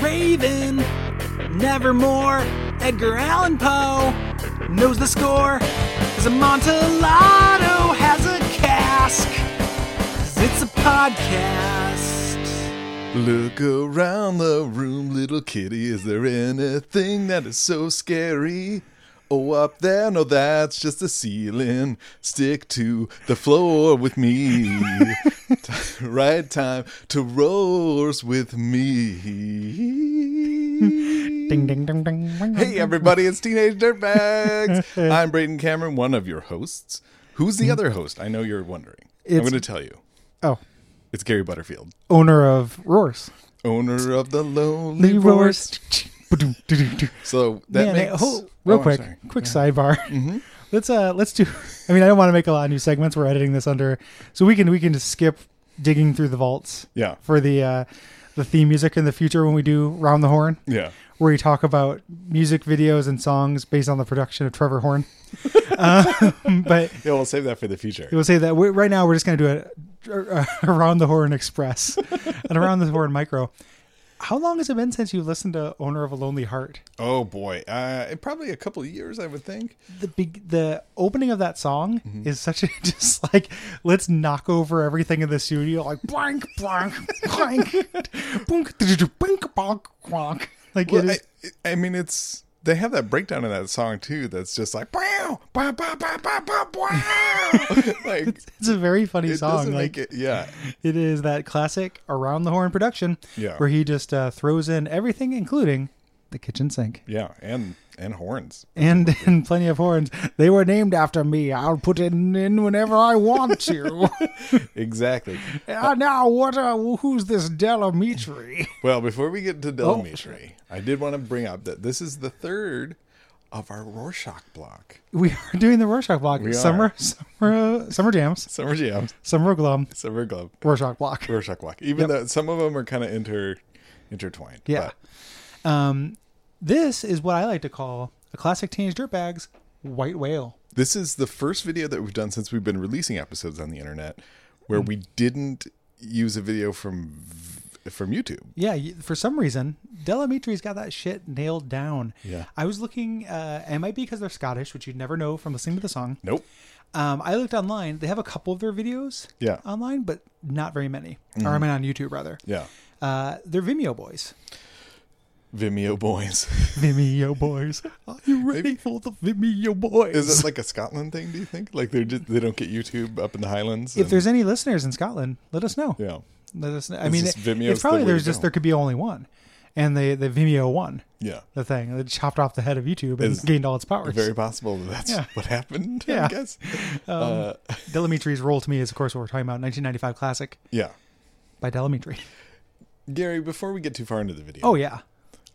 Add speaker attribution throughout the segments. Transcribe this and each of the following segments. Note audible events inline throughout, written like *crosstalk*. Speaker 1: Raven. Nevermore, Edgar Allan Poe knows the score. Cause Amontillado has a cask. 'Cause it's a podcast.
Speaker 2: Look around the room, little kitty. Is there anything that is so scary? Oh, up there, no, that's just the ceiling. Stick to the floor with me. *laughs* right time to roars with me.
Speaker 3: Ding ding ding ding.
Speaker 2: Hey, um, everybody, it's Teenage Dirtbags.
Speaker 3: *laughs*
Speaker 2: I'm Braden Cameron, one of your hosts. Who's the other host? I know you're wondering. I'm
Speaker 3: Hmm. It's-
Speaker 2: going to tell you.
Speaker 3: Oh,
Speaker 2: It's Gary Butterfield,
Speaker 3: owner of Roars.
Speaker 2: owner of the Lonely Roars. So that
Speaker 3: Man, hey,
Speaker 2: makes
Speaker 3: hold- real
Speaker 2: Oh, I'm
Speaker 3: quick,
Speaker 2: sorry. Mm-hmm.
Speaker 3: quick sidebar. *laughs* Let's uh, let's do. I mean, I don't want to make a lot of new segments. We're editing this under, so we can we can just skip digging through the vaults
Speaker 2: Yeah,
Speaker 3: for the uh, the theme music in the future when we do round the horn,
Speaker 2: yeah.
Speaker 3: where we talk about music videos and songs based on the production of
Speaker 2: *laughs*
Speaker 3: Trevor Horn. *laughs* um, but
Speaker 2: Yeah, we'll save that for the future.
Speaker 3: It will say that we right now we're just going to do a, a around the
Speaker 2: *laughs*
Speaker 3: horn express and around the horn micro. How long has it been since you listened to "Owner of a Lonely Heart"?
Speaker 2: Oh boy, uh, it- probably a couple of years, I would think.
Speaker 3: The big, the opening of that song
Speaker 2: Mm-hmm.
Speaker 3: is such a *laughs* just like let's knock over everything in the
Speaker 2: *laughs*
Speaker 3: studio like blank blank blank bunk bunk bonk bonk like
Speaker 2: Well,
Speaker 3: it is.
Speaker 2: I, I mean, it's they have that breakdown in that song too. That's just like wow, wow, wow, wow, wow, wow, wow. *laughs*
Speaker 3: *laughs*
Speaker 2: like
Speaker 3: it's a very funny
Speaker 2: it
Speaker 3: song.
Speaker 2: doesn't
Speaker 3: Like
Speaker 2: make it. Yeah,
Speaker 3: it is that classic around the horn production,
Speaker 2: Yeah.
Speaker 3: where he just uh, throws in everything, including the kitchen sink.
Speaker 2: yeah, and and horns.
Speaker 3: and *laughs* and plenty of horns. They were named after me. I'll put it in whenever I
Speaker 2: *laughs*
Speaker 3: want to.
Speaker 2: Exactly.
Speaker 3: Ah, now, what? Uh, who's this Delamitri?
Speaker 2: Well, before we get to
Speaker 3: Oh.
Speaker 2: Delamitri, I did want to bring up that this is the third of our Rorschach block.
Speaker 3: We are doing the Rorschach block.
Speaker 2: We are.
Speaker 3: summer, summer, summer jams,
Speaker 2: Summer jams,
Speaker 3: summer glum,
Speaker 2: summer glove.
Speaker 3: Rorschach block.
Speaker 2: Rorschach block. Even though some of them are kind of inter intertwined.
Speaker 3: Yeah. Um, this is what I like to call a classic teenage dirtbags white whale.
Speaker 2: But this is the first video that we've done since we've been releasing episodes on the internet where
Speaker 3: Mm.
Speaker 2: we didn't use a video from v- from YouTube.
Speaker 3: Yeah, y- for some reason, Delamitri's got that shit nailed down.
Speaker 2: Yeah.
Speaker 3: I was looking, uh, and it might be because they're Scottish, which you'd never know from listening to the song.
Speaker 2: Nope.
Speaker 3: Um, I looked online. They have a couple of their videos
Speaker 2: Yeah. Mm-hmm.
Speaker 3: online, but not very many. Or I mean on YouTube rather.
Speaker 2: Yeah.
Speaker 3: Uh, they're Vimeo boys.
Speaker 2: Vimeo boys.
Speaker 3: Vimeo boys. *laughs* Are you ready for the Vimeo
Speaker 2: *laughs*
Speaker 3: boys?
Speaker 2: is
Speaker 3: *laughs*
Speaker 2: it like a Scotland thing, do you think? Like they're just they don't get YouTube up in the Highlands?
Speaker 3: if
Speaker 2: and-
Speaker 3: there's any listeners in Scotland, let us know.
Speaker 2: yeah.
Speaker 3: Let us know. I mean,
Speaker 2: just
Speaker 3: it-
Speaker 2: Vimeo's
Speaker 3: it's probably
Speaker 2: the way
Speaker 3: there's
Speaker 2: to
Speaker 3: just
Speaker 2: go.
Speaker 3: there could be only one, and the the Vimeo one,
Speaker 2: Yeah.
Speaker 3: the thing that chopped off the head of YouTube and
Speaker 2: Is
Speaker 3: gained all its powers.
Speaker 2: Very possible that that's
Speaker 3: Yeah.
Speaker 2: what happened,
Speaker 3: Yeah. Um,
Speaker 2: I
Speaker 3: *laughs*
Speaker 2: guess. uh, *laughs*
Speaker 3: Delamitri's role to me is, of course, what we're talking about 1995 classic
Speaker 2: yeah.
Speaker 3: by Delamitri.
Speaker 2: Gary, before we get too far into the video,
Speaker 3: Oh yeah,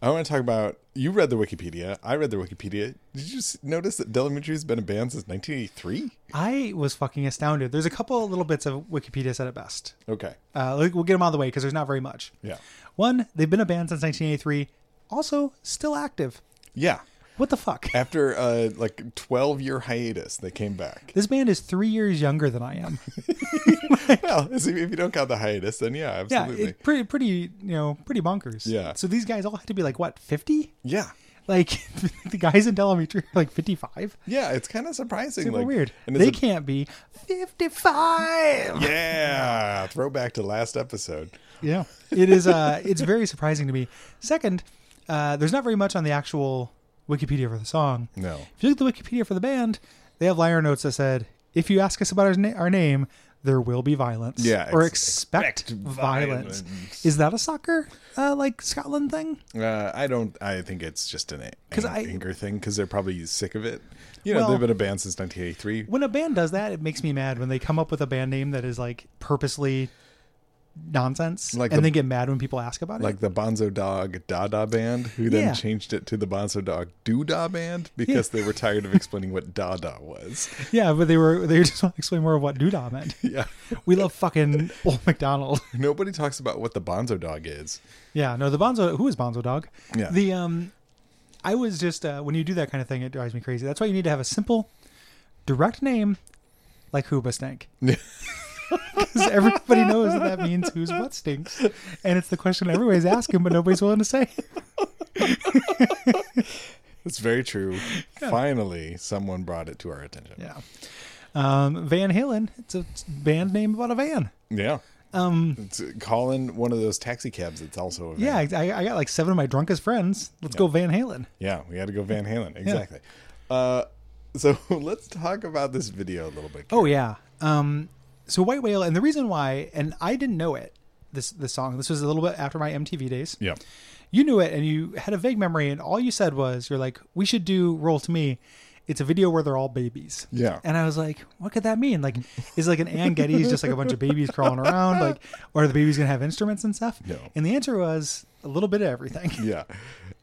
Speaker 2: I want to talk about. You read the Wikipedia. I read the Wikipedia. Did you s- notice that Delamitri has been a band since 1983?
Speaker 3: I was fucking astounded. There's a couple of little bits of Wikipedia said it best.
Speaker 2: Okay.
Speaker 3: Uh, like, we'll get them out of the way because there's not very much.
Speaker 2: Yeah.
Speaker 3: One, they've been a band since 1983. Also, still active.
Speaker 2: Yeah.
Speaker 3: What the fuck?
Speaker 2: After uh, like 12 year hiatus, they came
Speaker 3: *laughs*
Speaker 2: back.
Speaker 3: This band is three years younger than
Speaker 2: *laughs*
Speaker 3: I am.
Speaker 2: well, as if if you don't count the hiatus, then yeah,
Speaker 3: yeah,
Speaker 2: absolutely.
Speaker 3: it, pretty, pretty, you know, pretty bonkers.
Speaker 2: Yeah.
Speaker 3: So these guys all had to be like what, 50?
Speaker 2: yeah.
Speaker 3: Like *laughs* the guys in Delamitri are like 55.
Speaker 2: Yeah. It's kind of surprising.
Speaker 3: Super
Speaker 2: like,
Speaker 3: weird.
Speaker 2: And it's
Speaker 3: They
Speaker 2: a-
Speaker 3: can't be 55.
Speaker 2: Yeah. Throwback to last episode.
Speaker 3: Yeah, *laughs* it is. Uh, it's very surprising to me. Second, uh, there's not very much on the actual Wikipedia for the song.
Speaker 2: No.
Speaker 3: If you look at the Wikipedia for the band, they have liner notes that said, "If you ask us about our, na- our name, there will be violence."
Speaker 2: Yeah,
Speaker 3: or
Speaker 2: ex-
Speaker 3: expect,
Speaker 2: expect
Speaker 3: violence.
Speaker 2: violence.
Speaker 3: Is that a soccer uh, like Scotland thing?
Speaker 2: Uh, I don't. I think it's just an, an
Speaker 3: 'Cause I-
Speaker 2: anger thing because they're probably sick of it. You know,
Speaker 3: Well-
Speaker 2: they've been a band since 1983.
Speaker 3: When a band does that, it makes me mad when they come up with a band name that is like purposely nonsense,
Speaker 2: Like
Speaker 3: and
Speaker 2: the-
Speaker 3: they get mad when people ask about it.
Speaker 2: like the Bonzo Dog Dada Band, who
Speaker 3: Yeah.
Speaker 2: then changed it to the Bonzo Dog Doodah Band because they were tired of explaining what Dada was.
Speaker 3: yeah, but they were they just want to explain more of what doodah meant.
Speaker 2: Yeah.
Speaker 3: We love fucking old McDonald.
Speaker 2: Nobody talks about what the Bonzo Dog is.
Speaker 3: *laughs* Yeah, no, the Bonzo. Who is Bonzo Dog?
Speaker 2: Yeah.
Speaker 3: The um, I was just uh, when you do that kind of thing, it drives me *laughs* crazy. That's why you need to have a simple, direct name, like Hoobastank. because everybody knows that that means whose butt stinks, and it's the question everybody's asking, but nobody's willing to say.
Speaker 2: It's very true. Finally, someone brought it to our attention.
Speaker 3: Yeah. Um, Van Halen. It's a band name about a van.
Speaker 2: Yeah. Um, it's calling one of those taxi cabs. It's also a van.
Speaker 3: Yeah, I, I got like seven of my drunkest friends. Let's go Van Halen.
Speaker 2: Yeah, we had to go Van Halen. Exactly. Uh, so *laughs* let's talk about this video a little bit.
Speaker 3: Oh yeah. Um, so White Whale, and the reason why, and I didn't know it. This this song. This was a little bit after my MTV days.
Speaker 2: yeah.
Speaker 3: You knew it, and you had a vague memory, and all you said was, "You're like, we should do Roll to Me." It's a video where they're all babies.
Speaker 2: Yeah.
Speaker 3: And I was like, what could that mean? Like, is like an Ann Getty's just like a bunch of babies crawling around? Like, or are the babies gonna have instruments and stuff?
Speaker 2: No.
Speaker 3: And the answer was a little bit of everything.
Speaker 2: Yeah.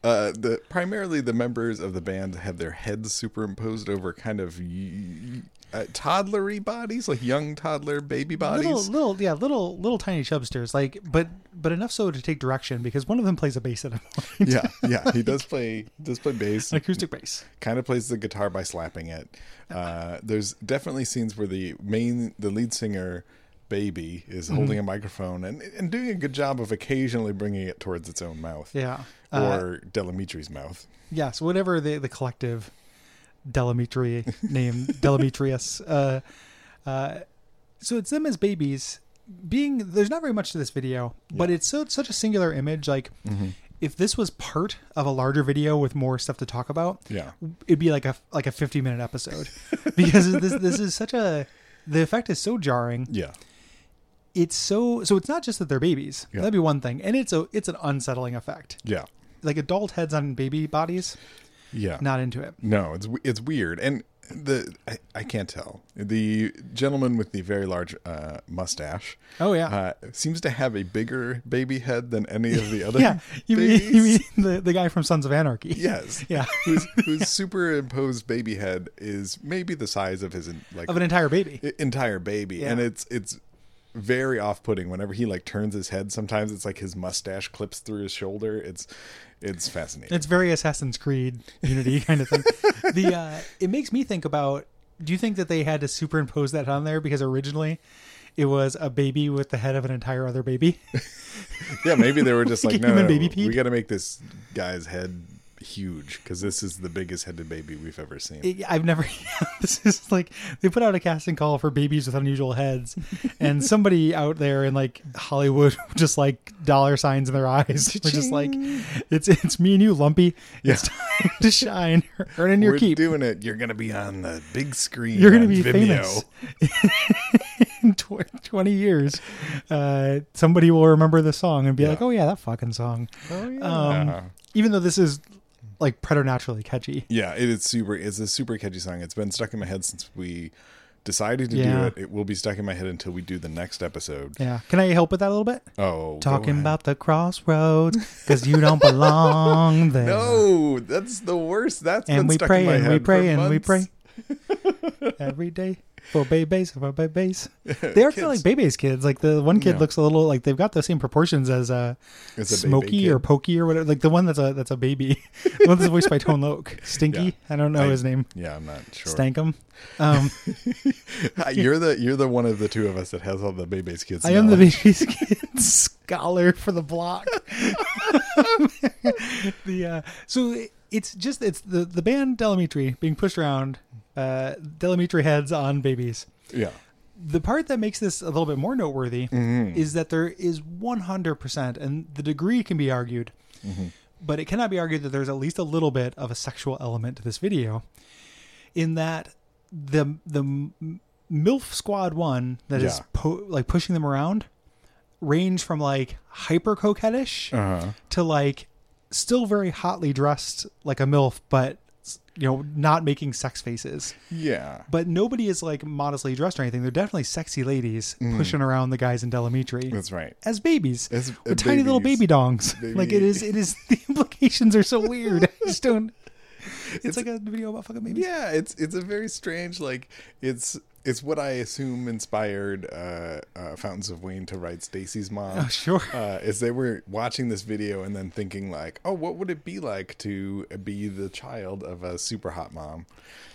Speaker 2: Uh, the primarily the members of the band have their heads superimposed over kind of y- uh, toddlery bodies, like young toddler baby bodies.
Speaker 3: *laughs* little little yeah little little tiny chubsters like but but enough so to take direction because one of them plays a bass at a *laughs* point
Speaker 2: yeah, yeah. He does play does play bass.
Speaker 3: an acoustic bass
Speaker 2: kind of plays the guitar by slapping it. Uh, there's definitely scenes where the main, the lead singer, baby,
Speaker 3: Mm-hmm.
Speaker 2: is holding a microphone and and doing a good job of occasionally bringing it towards its own mouth.
Speaker 3: yeah uh,
Speaker 2: Or Delamitri's mouth.
Speaker 3: yeah so whatever the the collective delamitri
Speaker 2: *laughs*
Speaker 3: name delametrius uh uh so it's them as babies being there's not very much to this video but it's so such a singular image like
Speaker 2: Mm-hmm.
Speaker 3: if this was part of a larger video with more stuff to talk about
Speaker 2: Yeah.
Speaker 3: it'd be like a like a 50 minute episode *laughs* because this this is such a the effect is so jarring
Speaker 2: Yeah.
Speaker 3: it's so so it's not just that they're babies
Speaker 2: Yeah.
Speaker 3: that'd be one thing and it's a it's an unsettling effect
Speaker 2: Yeah.
Speaker 3: like adult heads on baby bodies
Speaker 2: Yeah.
Speaker 3: not into it
Speaker 2: No, it's w- it's weird, and the I, I can't tell. The gentleman with the very large uh, mustache.
Speaker 3: Oh, yeah.
Speaker 2: uh, seems to have a bigger baby head than any of the other.
Speaker 3: *laughs* yeah you mean,
Speaker 2: babies.
Speaker 3: you mean the, the guy from sons of anarchy
Speaker 2: *laughs* Yes.
Speaker 3: *laughs* yeah
Speaker 2: whose
Speaker 3: *laughs*
Speaker 2: whose superimposed baby head is maybe the size of his en- like
Speaker 3: of an entire baby
Speaker 2: e- entire baby,
Speaker 3: Yeah.
Speaker 2: and it's it's very off-putting. Whenever he like turns his head, sometimes it's like his mustache clips through his shoulder. It's it's fascinating.
Speaker 3: it's very assassin's creed unity kind of thing the uh it makes me think about do you think that they had to superimpose that on there because originally it was a baby with the head of an entire other baby
Speaker 2: Yeah, maybe they were just like,
Speaker 3: *laughs* Like a
Speaker 2: no,
Speaker 3: human
Speaker 2: no,
Speaker 3: baby
Speaker 2: we
Speaker 3: peed?
Speaker 2: got to make this guy's head huge because this is the biggest headed baby we've ever seen.
Speaker 3: it- I've never. *laughs* this is like they put out a casting call for babies with unusual heads, and somebody out there in like Hollywood, *laughs* just like dollar signs in their eyes, was just like, "It's it's me and you, Lumpy. It's time *laughs* to shine, earning your
Speaker 2: we're
Speaker 3: keep.
Speaker 2: doing it. You're gonna be on the big screen.
Speaker 3: You're gonna
Speaker 2: on
Speaker 3: be
Speaker 2: Vimeo.
Speaker 3: famous *laughs* in tw- twenty years. Uh, somebody will remember the song and be like,
Speaker 2: Yeah.
Speaker 3: "Oh yeah, that fucking song."
Speaker 2: Oh yeah.
Speaker 3: Um, Even though this is like preternaturally catchy,
Speaker 2: yeah, it is super. It's a super catchy song. It's been stuck in my head since we decided to do
Speaker 3: Yeah.
Speaker 2: it. It will be stuck in my head until we do the next episode.
Speaker 3: yeah. Can I help with that a little bit?
Speaker 2: Oh, go
Speaker 3: Talking
Speaker 2: ahead.
Speaker 3: about the crossroads because you
Speaker 2: *laughs*
Speaker 3: don't belong there.
Speaker 2: No, that's the worst. That's been
Speaker 3: and we
Speaker 2: stuck in
Speaker 3: pray
Speaker 2: my
Speaker 3: and
Speaker 2: head
Speaker 3: we
Speaker 2: for
Speaker 3: pray and we
Speaker 2: months.
Speaker 3: pray every day for babies
Speaker 2: *laughs*
Speaker 3: for babies. They are kind of like
Speaker 2: Kids.
Speaker 3: babies kids. Like the one kid
Speaker 2: Yeah.
Speaker 3: looks a little like they've got the same proportions as uh,
Speaker 2: It's a baby
Speaker 3: Smokey
Speaker 2: kid.
Speaker 3: or Pokey or whatever. Like the one that's a that's a baby. *laughs* the one that's voiced by Tone Loc.
Speaker 2: *laughs*
Speaker 3: Stinky.
Speaker 2: Yeah.
Speaker 3: I don't know
Speaker 2: I-
Speaker 3: his name.
Speaker 2: Yeah, I'm not sure.
Speaker 3: Stankum. Um,
Speaker 2: *laughs* You're the you're the one of the two of us that has all the baby's kids.
Speaker 3: I am the
Speaker 2: knowledge.
Speaker 3: baby's kids *laughs* scholar for the block. *laughs* the uh, so it's just it's the the band Delamitri being pushed around. Uh, Delamitri heads on babies.
Speaker 2: Yeah.
Speaker 3: The part that makes this a little bit more noteworthy is that there is 100%, and the degree can be argued, but it cannot be argued that there's at least a little bit of a sexual element to this video, in that the the m- MILF Squad One that is
Speaker 2: Yeah.
Speaker 3: po- like pushing them around range from like hyper coquettish
Speaker 2: Uh-huh.
Speaker 3: to like still very hotly dressed like a MILF, but you know not making sex faces
Speaker 2: Yeah.
Speaker 3: but nobody is like modestly dressed or anything. They're definitely sexy ladies pushing around the guys in Delamitri
Speaker 2: That's right.
Speaker 3: as babies
Speaker 2: Mm. As-
Speaker 3: with
Speaker 2: uh,
Speaker 3: tiny little
Speaker 2: babies.
Speaker 3: baby dongs. *laughs* Like it
Speaker 2: Baby.
Speaker 3: is, it is. The *laughs* implications are so weird. I just don't. It's, like a video about fucking babies.
Speaker 2: Yeah, it's it's a very strange like it's it's what I assume inspired uh, uh, Fountains of Wayne to write Stacy's mom.
Speaker 3: Oh, sure.
Speaker 2: Uh, is they were watching this video and then thinking like, oh, what would it be like to be the child of a super hot mom?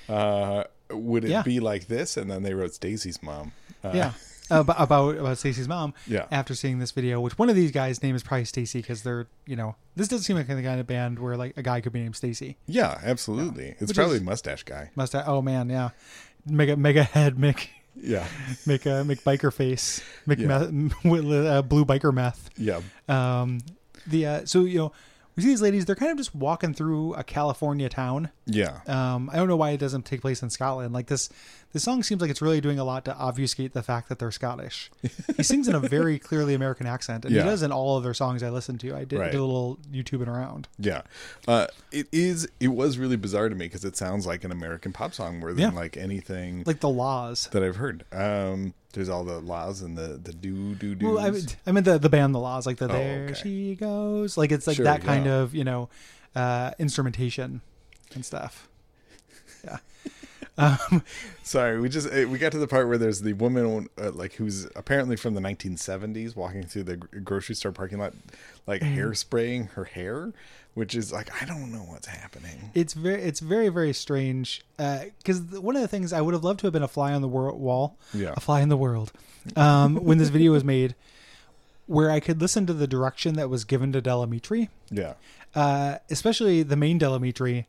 Speaker 2: Uh, would it
Speaker 3: Yeah.
Speaker 2: be like this? And then they wrote Stacy's mom. Uh,
Speaker 3: Yeah. about about, about Stacy's mom.
Speaker 2: Yeah.
Speaker 3: After seeing this video, which one of these guys' name is probably Stacy because they're you know this doesn't seem like the kind of band where like a guy could be named Stacy.
Speaker 2: Yeah, absolutely. It's
Speaker 3: Which
Speaker 2: probably
Speaker 3: is-
Speaker 2: mustache guy.
Speaker 3: Must have, oh man yeah, mega mega head Mick
Speaker 2: Yeah,
Speaker 3: Mick uh, Mick biker face Mick
Speaker 2: Yeah.
Speaker 3: meth, *laughs* with, uh, blue biker meth.
Speaker 2: yeah,
Speaker 3: Um, the uh, so you know we see these ladies they're kind of just walking through a California town.
Speaker 2: yeah,
Speaker 3: Um, I don't know why it doesn't take place in Scotland. Like this, this song seems like it's really doing a lot to obfuscate the fact that they're
Speaker 2: *laughs*
Speaker 3: Scottish. he sings in a very clearly American accent, and
Speaker 2: Yeah.
Speaker 3: he does in all of their songs I listen to. I did,
Speaker 2: Right.
Speaker 3: did a little YouTubing around.
Speaker 2: yeah. Uh, it is. It was really bizarre to me because it sounds like an American pop song more than
Speaker 3: Yeah.
Speaker 2: like anything
Speaker 3: Like the laws.
Speaker 2: that I've heard. Um, there's all the laws and the the do do do.
Speaker 3: Well, I, mean- I meant the the band, the laws. Like the there
Speaker 2: okay.
Speaker 3: she goes. Like it's like
Speaker 2: Sure,
Speaker 3: that kind
Speaker 2: yeah.
Speaker 3: of you know uh, instrumentation and stuff. Yeah. um,
Speaker 2: *laughs* Sorry, we just eh, we got to the part where there's the woman uh, like who's apparently from the 1970s walking through the gr- grocery store parking lot, like
Speaker 3: Mm.
Speaker 2: hair spraying her hair, which is like I don't know what's happening.
Speaker 3: it's very it's very very strange because one of the things I would have loved to have been a fly on the wor- wall,
Speaker 2: Yeah.
Speaker 3: a fly in the world, um, when this video was made, where I could listen to the direction that was given to Delamitri,
Speaker 2: Yeah,
Speaker 3: uh, especially the main
Speaker 2: *laughs*
Speaker 3: Delamitri,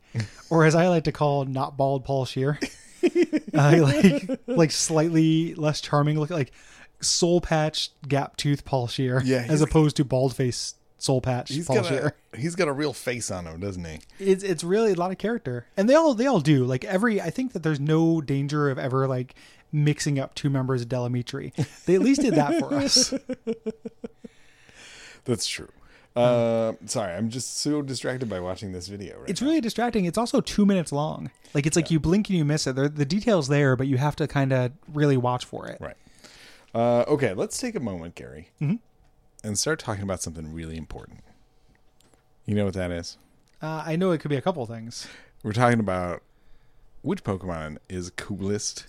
Speaker 3: or as I like to call, not bald Paul Shear, uh, *laughs* like like slightly less charming look, like soul patch gap tooth Paul Shear,
Speaker 2: Yeah, he's-
Speaker 3: as opposed to bald face soul patch
Speaker 2: he's
Speaker 3: Paul
Speaker 2: got
Speaker 3: Shear
Speaker 2: a, *laughs* he's got a real face on him, doesn't he?
Speaker 3: it's it's really a lot of character and they all they all do like every i think that there's no danger of ever like mixing up two members of delamitri they at least did that for us
Speaker 2: That's true. Uh, sorry, I'm just so distracted by watching this video. Right
Speaker 3: Mm. it's
Speaker 2: now.
Speaker 3: really distracting it's also two minutes long like it's like you blink and you miss it there, the details there but you have to kind of really watch for it
Speaker 2: right. Uh, okay, let's take a moment, Gary, and start talking about something really important. You know what that is?
Speaker 3: uh, i know it could be a couple things
Speaker 2: We're talking about which Pokemon is coolest.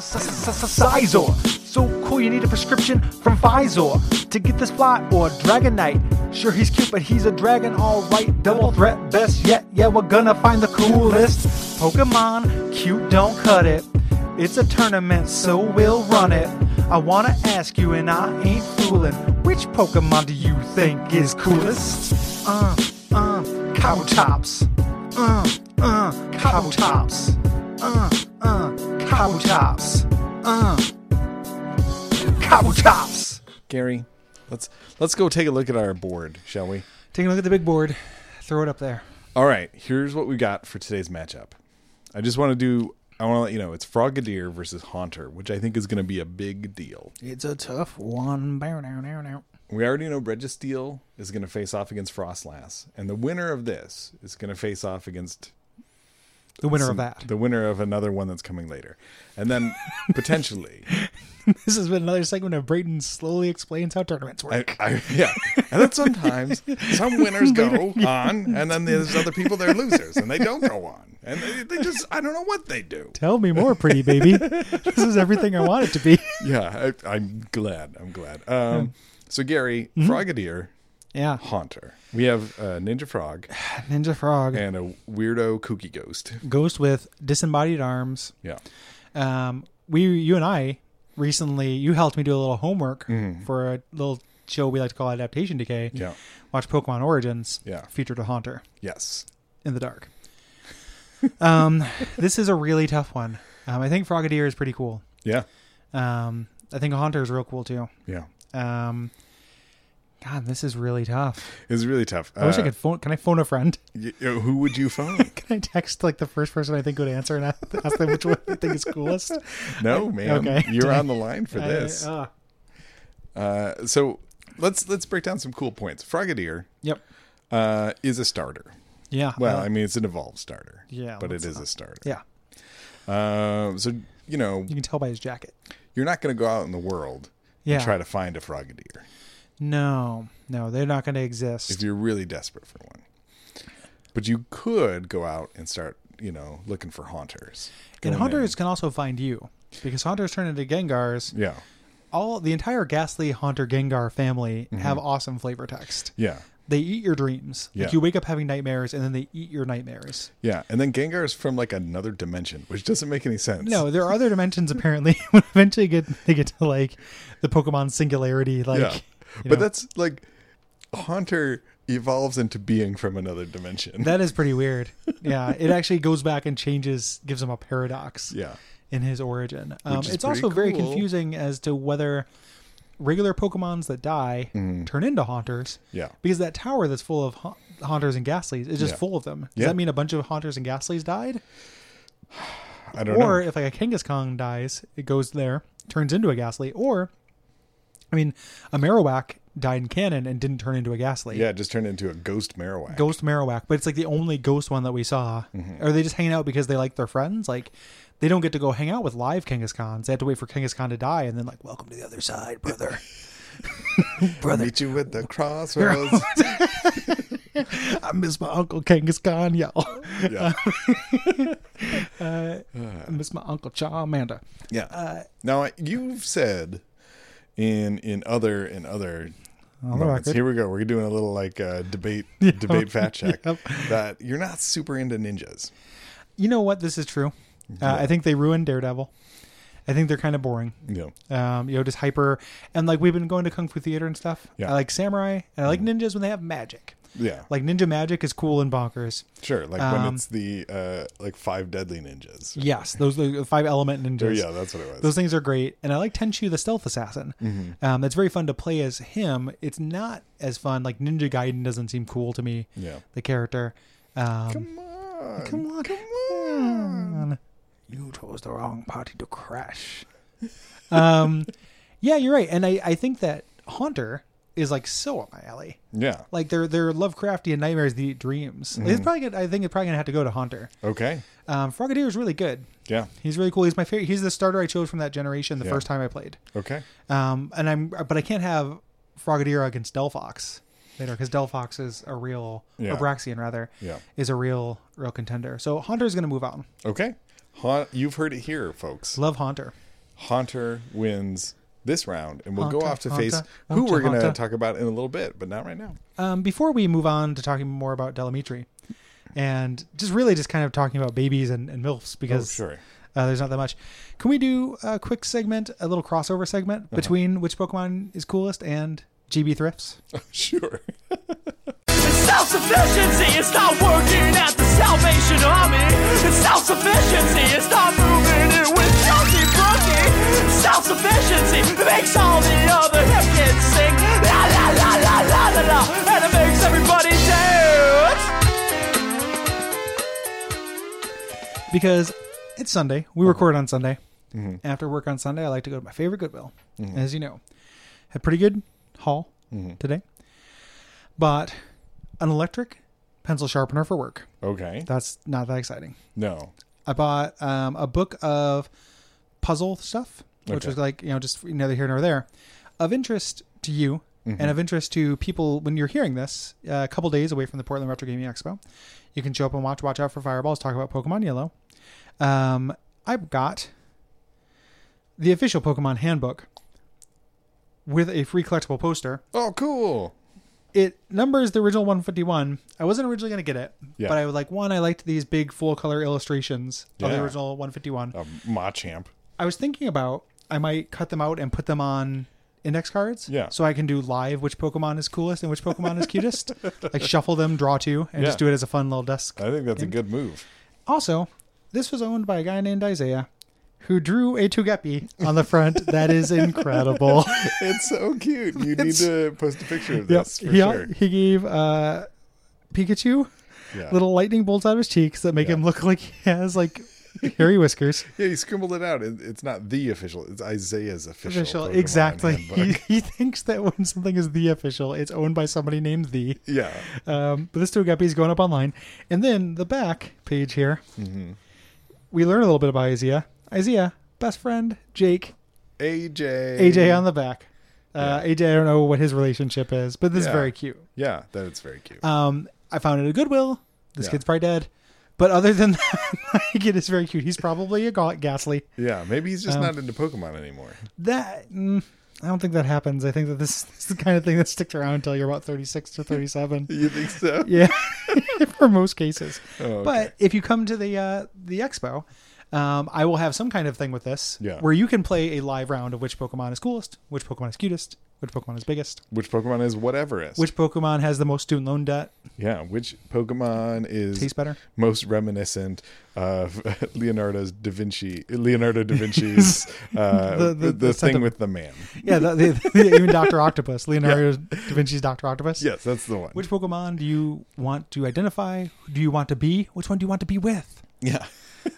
Speaker 1: Sizor. So cool, you need a prescription from Pfizer to get this fly or Dragonite. Sure, he's cute, but he's a dragon, alright. Double threat, best yet. Yeah, we're gonna find the coolest Pokemon. Cute, don't cut it. It's a tournament, so we'll run it. I wanna ask you, and I ain't fooling. Which Pokemon do you think is coolest? Uh, uh, Cowtops. Uh, uh, Cowtops. Uh, uh, Cowtops. Uh, Cowtops.
Speaker 2: Gary, let's let's go take a look at our board, shall we?
Speaker 3: take a look at the big board throw it up there
Speaker 2: All right, here's what we got for today's matchup. I just want to do. I want to let you know it's Frogadier versus Haunter, which I think is going to be a big deal.
Speaker 3: it's a tough one Bow, now, now, now.
Speaker 2: We already know Registeel is going to face off against Frostlass, and the winner of this is going to face off against
Speaker 3: the winner
Speaker 2: some-
Speaker 3: of that *laughs*
Speaker 2: the winner of another one that's coming later, and *laughs* then potentially,
Speaker 3: this has been another segment of braden slowly explains how tournaments work
Speaker 2: I, I, yeah, and then sometimes *laughs* some winners go on, and then there's other people they're losers and they don't go on, and they, they just I don't know what they do.
Speaker 3: Tell me more, pretty
Speaker 2: *laughs*
Speaker 3: baby. *laughs* this is everything I want it to be.
Speaker 2: Yeah, I, I'm glad. I'm glad. Um, so Gary, Frogadier,
Speaker 3: *laughs* Yeah,
Speaker 2: Haunter. We have uh, Ninja Frog *laughs*
Speaker 3: Ninja Frog
Speaker 2: and a weirdo kooky ghost.
Speaker 3: ghost with disembodied arms.
Speaker 2: Yeah.
Speaker 3: Um, we, you and I, recently you helped me do a little homework for a little show we like to call Adaptation Decay.
Speaker 2: Mm-hmm. Yeah.
Speaker 3: watch Pokemon Origins.
Speaker 2: Yeah.
Speaker 3: featured a Haunter
Speaker 2: Yes.
Speaker 3: in the dark. um, *laughs* this is a really tough one. Um, I think Frogadier is pretty cool.
Speaker 2: Yeah.
Speaker 3: Um, I think Haunter is real cool too.
Speaker 2: Yeah.
Speaker 3: Um, God, this is really tough.
Speaker 2: It's really tough. Uh,
Speaker 3: I wish I could phone. Can I phone a friend? *laughs*
Speaker 2: who would you phone?
Speaker 3: Can I text like the first person I think would answer and ask ask them which one they think is coolest? *laughs*
Speaker 2: No, man.
Speaker 3: Okay.
Speaker 2: You're
Speaker 3: *laughs*
Speaker 2: on the line *laughs* for
Speaker 3: I-
Speaker 2: this.
Speaker 3: uh,
Speaker 2: Uh, so let's let's break down some cool points. Frogadier
Speaker 3: yep.
Speaker 2: uh, is a starter.
Speaker 3: Yeah.
Speaker 2: Well,
Speaker 3: uh,
Speaker 2: I mean, it's an evolved starter.
Speaker 3: Yeah,
Speaker 2: But it
Speaker 3: let's
Speaker 2: is a
Speaker 3: not-
Speaker 2: starter.
Speaker 3: yeah.
Speaker 2: Uh, so you know
Speaker 3: You can tell by his jacket.
Speaker 2: you're not going to go out in the world
Speaker 3: Yeah.
Speaker 2: and try to find a frogadier
Speaker 3: No, no, they're not going to
Speaker 2: if
Speaker 3: exist.
Speaker 2: you're really desperate for one. But you could go out and start, you know, looking for haunters.
Speaker 3: And
Speaker 2: Going
Speaker 3: hunters can also find you because hunters turn into Gengars.
Speaker 2: in- Yeah. Mm-hmm.
Speaker 3: All the entire Ghastly Haunter Gengar family have awesome flavor text.
Speaker 2: Yeah.
Speaker 3: they eat your dreams.
Speaker 2: Yeah.
Speaker 3: Like you wake up having nightmares, and then they eat your nightmares.
Speaker 2: Yeah, and then Gengar is from like another dimension, which doesn't make any sense.
Speaker 3: No, there are
Speaker 2: *laughs*
Speaker 3: other dimensions apparently. *laughs* when eventually get they get to like the Pokemon singularity, like
Speaker 2: yeah,
Speaker 3: you
Speaker 2: but
Speaker 3: know,
Speaker 2: that's like Haunter evolves into being from another dimension.
Speaker 3: that is pretty weird. Yeah, it actually goes back and changes, gives him a paradox
Speaker 2: *laughs* yeah,
Speaker 3: in his origin. Um,
Speaker 2: is
Speaker 3: it's
Speaker 2: pretty
Speaker 3: also very
Speaker 2: cool.
Speaker 3: confusing as to whether regular Pokemons that die turn into Haunters.
Speaker 2: Mm-hmm. yeah.
Speaker 3: Because that tower that's full of ha- Haunters and Ghastlies is just
Speaker 2: Yeah.
Speaker 3: full of them. Does
Speaker 2: Yeah.
Speaker 3: that mean a bunch of Haunters and Ghastlies died?
Speaker 2: I don't
Speaker 3: Or
Speaker 2: know.
Speaker 3: if like a Kangaskhan dies, it goes there, turns into a Ghastly. Or, I mean, a Marowak died in canon and didn't turn into a Ghastly.
Speaker 2: Yeah, it just turned into a ghost Marowak.
Speaker 3: Ghost Marowak, but it's like the only ghost one that we saw.
Speaker 2: Mm-hmm.
Speaker 3: Are they just hanging out because they like their friends? Like, they don't get to go hang out with live Kangaskhan's. They have to wait for Kangaskhan to die and then, like, welcome to the other side,
Speaker 2: *laughs*
Speaker 3: brother.
Speaker 2: I'll meet you at the
Speaker 3: *laughs*
Speaker 2: crossroads.
Speaker 3: I miss my uncle Kangaskhan, y'all.
Speaker 2: *laughs* yeah,
Speaker 3: I miss my uncle Charmander.
Speaker 2: yeah.
Speaker 3: Uh,
Speaker 2: now you've said in in other in other
Speaker 3: the
Speaker 2: moments.
Speaker 3: record.
Speaker 2: Here we go. We're doing a little like uh,
Speaker 3: *laughs*
Speaker 2: debate debate fact check
Speaker 3: Yep.
Speaker 2: that you're not super into ninjas.
Speaker 3: You know what? This is true. Uh, I think they ruined Daredevil. I think they're kind of boring.
Speaker 2: No.
Speaker 3: um, you know, just hyper. And like we've been going to kung fu theater and stuff.
Speaker 2: Yeah. Mm-hmm.
Speaker 3: I like samurai and I like ninjas when they have magic.
Speaker 2: Yeah.
Speaker 3: Like ninja magic is cool and bonkers.
Speaker 2: Sure, like when
Speaker 3: Um,
Speaker 2: it's the uh like five deadly ninjas.
Speaker 3: Yes, those are the five element
Speaker 2: Or,
Speaker 3: ninjas.
Speaker 2: yeah, that's what it was.
Speaker 3: Those things are great, and I like Tenchu the Stealth Assassin. Um, that's very fun to play as him. It's not as fun. Like Ninja Gaiden doesn't seem cool to me.
Speaker 2: Yeah.
Speaker 3: the character. Um, hmm.
Speaker 2: come on.
Speaker 3: Come on. Come on. You chose the wrong party to crash. *laughs* um, yeah, you're right. And I, I think that Haunter is like so up my alley.
Speaker 2: Yeah.
Speaker 3: Like they're they're Lovecraftian nightmares, the dreams. It's probably gonna, I think it's probably gonna have to go to Haunter.
Speaker 2: Okay.
Speaker 3: Um, Frogadier is really good.
Speaker 2: Yeah.
Speaker 3: He's really cool. He's my favorite. He's the starter I chose from that generation the
Speaker 2: Yeah.
Speaker 3: first time I played.
Speaker 2: Okay.
Speaker 3: Um, and I'm but I can't have Frogadier against Delphox later because Delphox is a real
Speaker 2: Yeah.
Speaker 3: Abraxian rather
Speaker 2: Yeah.
Speaker 3: is a real real contender. So Haunter's gonna move on.
Speaker 2: Okay. Ha- you've heard it here, folks.
Speaker 3: Love Haunter.
Speaker 2: Haunter wins this round, and we'll go
Speaker 3: Haunter,
Speaker 2: off to
Speaker 3: Haunter,
Speaker 2: face who
Speaker 3: Haunter,
Speaker 2: we're going to
Speaker 3: Haunter.
Speaker 2: talk about in a little bit, but not right now. *laughs*
Speaker 3: Um, before we move on to talking more about Delamitri, and just really just kind of talking about babies and, and milfs because
Speaker 2: Oh, sure.
Speaker 3: uh, there's not that much. Can we do a quick segment, a little crossover segment
Speaker 2: Uh-huh.
Speaker 3: between which Pokemon is coolest and GB thrifts?
Speaker 2: sure.
Speaker 4: Self-sufficiency is not working at the Salvation Army. It's self-sufficiency is not moving in with Chelsea Brookie. Self-sufficiency makes all the other hip kids sing. La la la la la la la. And it makes everybody dance.
Speaker 3: Because it's Sunday. We record on Sunday. After work on Sunday, I like to go to my favorite Goodwill. As you know, had pretty good haul today. Bought an electric pencil sharpener for work.
Speaker 2: Okay.
Speaker 3: That's not that exciting.
Speaker 2: No.
Speaker 3: I bought um, a book of puzzle stuff, which
Speaker 2: Okay.
Speaker 3: was like you know just neither here nor there, of interest to you and of interest to people when you're hearing this. Uh, a couple days away from the Portland Retro Gaming Expo, you can show up and watch. Watch out for fireballs. Talk about Pokemon Yellow. Um, I've got the official Pokemon handbook with a free collectible poster
Speaker 2: Oh, cool.
Speaker 3: it numbers the original 151. I wasn't originally going to get it,
Speaker 2: Yeah.
Speaker 3: but I was like, one, I liked these big full color illustrations of
Speaker 2: Yeah. Oh.
Speaker 3: the original 151.
Speaker 2: A Machamp.
Speaker 3: I was thinking about I might cut them out and put them on index cards.
Speaker 2: Yeah.
Speaker 3: So I can do live which Pokemon is coolest and which Pokemon
Speaker 2: *laughs*
Speaker 3: is cutest. Like shuffle them, draw two, and just
Speaker 2: Yeah.
Speaker 3: do it as a fun little desk.
Speaker 2: I think that's a good move.
Speaker 3: Also, this was owned by a guy named Isaiah who drew a Tugepi on the front.
Speaker 2: *laughs*
Speaker 3: that is incredible.
Speaker 2: It's so cute. You need to post a picture of this for
Speaker 3: he,
Speaker 2: sure.
Speaker 3: *laughs* he gave uh, Pikachu
Speaker 2: Yeah.
Speaker 3: little lightning bolts out of his cheeks that make
Speaker 2: Yeah.
Speaker 3: him look like he has like
Speaker 2: *laughs*
Speaker 3: hairy whiskers.
Speaker 2: yeah, he scribbled it out. It- It's not the official. It's Isaiah's official.
Speaker 3: Official,
Speaker 2: Pokemon
Speaker 3: exactly. He, *laughs*
Speaker 2: handbook.
Speaker 3: he thinks that when something is the official, it's owned by somebody named the.
Speaker 2: yeah.
Speaker 3: Um, but this Togepi is going up online, and then the back page here,
Speaker 2: Mm-hmm.
Speaker 3: we learn a little bit about Isaiah. Isaiah, best friend Jake,
Speaker 2: AJ.
Speaker 3: AJ on the back. Uh, AJ, I don't know what his relationship is, but this
Speaker 2: Yeah.
Speaker 3: is very cute.
Speaker 2: Yeah, that is very cute.
Speaker 3: Um, I found it at Goodwill. This
Speaker 2: Yeah.
Speaker 3: kid's probably dead, but other than *laughs* that, like, it is very cute. He's probably a ga- ghastly. um,
Speaker 2: yeah, maybe he's just not into Pokemon anymore. *laughs*
Speaker 3: That mm, I don't think that happens. I think that this, *laughs* this is the kind of thing that sticks around until you're about 36 to 37.
Speaker 2: *laughs* You think so?
Speaker 3: *laughs* yeah, for most cases.
Speaker 2: Oh, okay.
Speaker 3: But if you come to the uh, the expo, um, I will have some kind of thing with this,
Speaker 2: Yeah.
Speaker 3: where you can play a live round of which Pokemon is coolest, which Pokemon is cutest, which Pokemon is biggest,
Speaker 2: Which Pokemon is whateverest?
Speaker 3: which Pokemon has the most student loan debt, *laughs*
Speaker 2: yeah, which Pokemon is
Speaker 3: tastes better.
Speaker 2: most reminiscent of *laughs* Leonardo's da Vinci, Leonardo da
Speaker 3: *laughs*
Speaker 2: Vinci's uh, the,
Speaker 3: The- the-
Speaker 2: thing
Speaker 3: the sentiment.
Speaker 2: with the man.
Speaker 3: Yeah, the, the, the- even
Speaker 2: *laughs*
Speaker 3: Doctor Octopus, Leonardo da Vinci's Doctor Octopus.
Speaker 2: Yes, that's the one.
Speaker 3: Which Pokemon do you want to identify? Who Do you want to be? Which one do you want to be with?
Speaker 2: *laughs* yeah,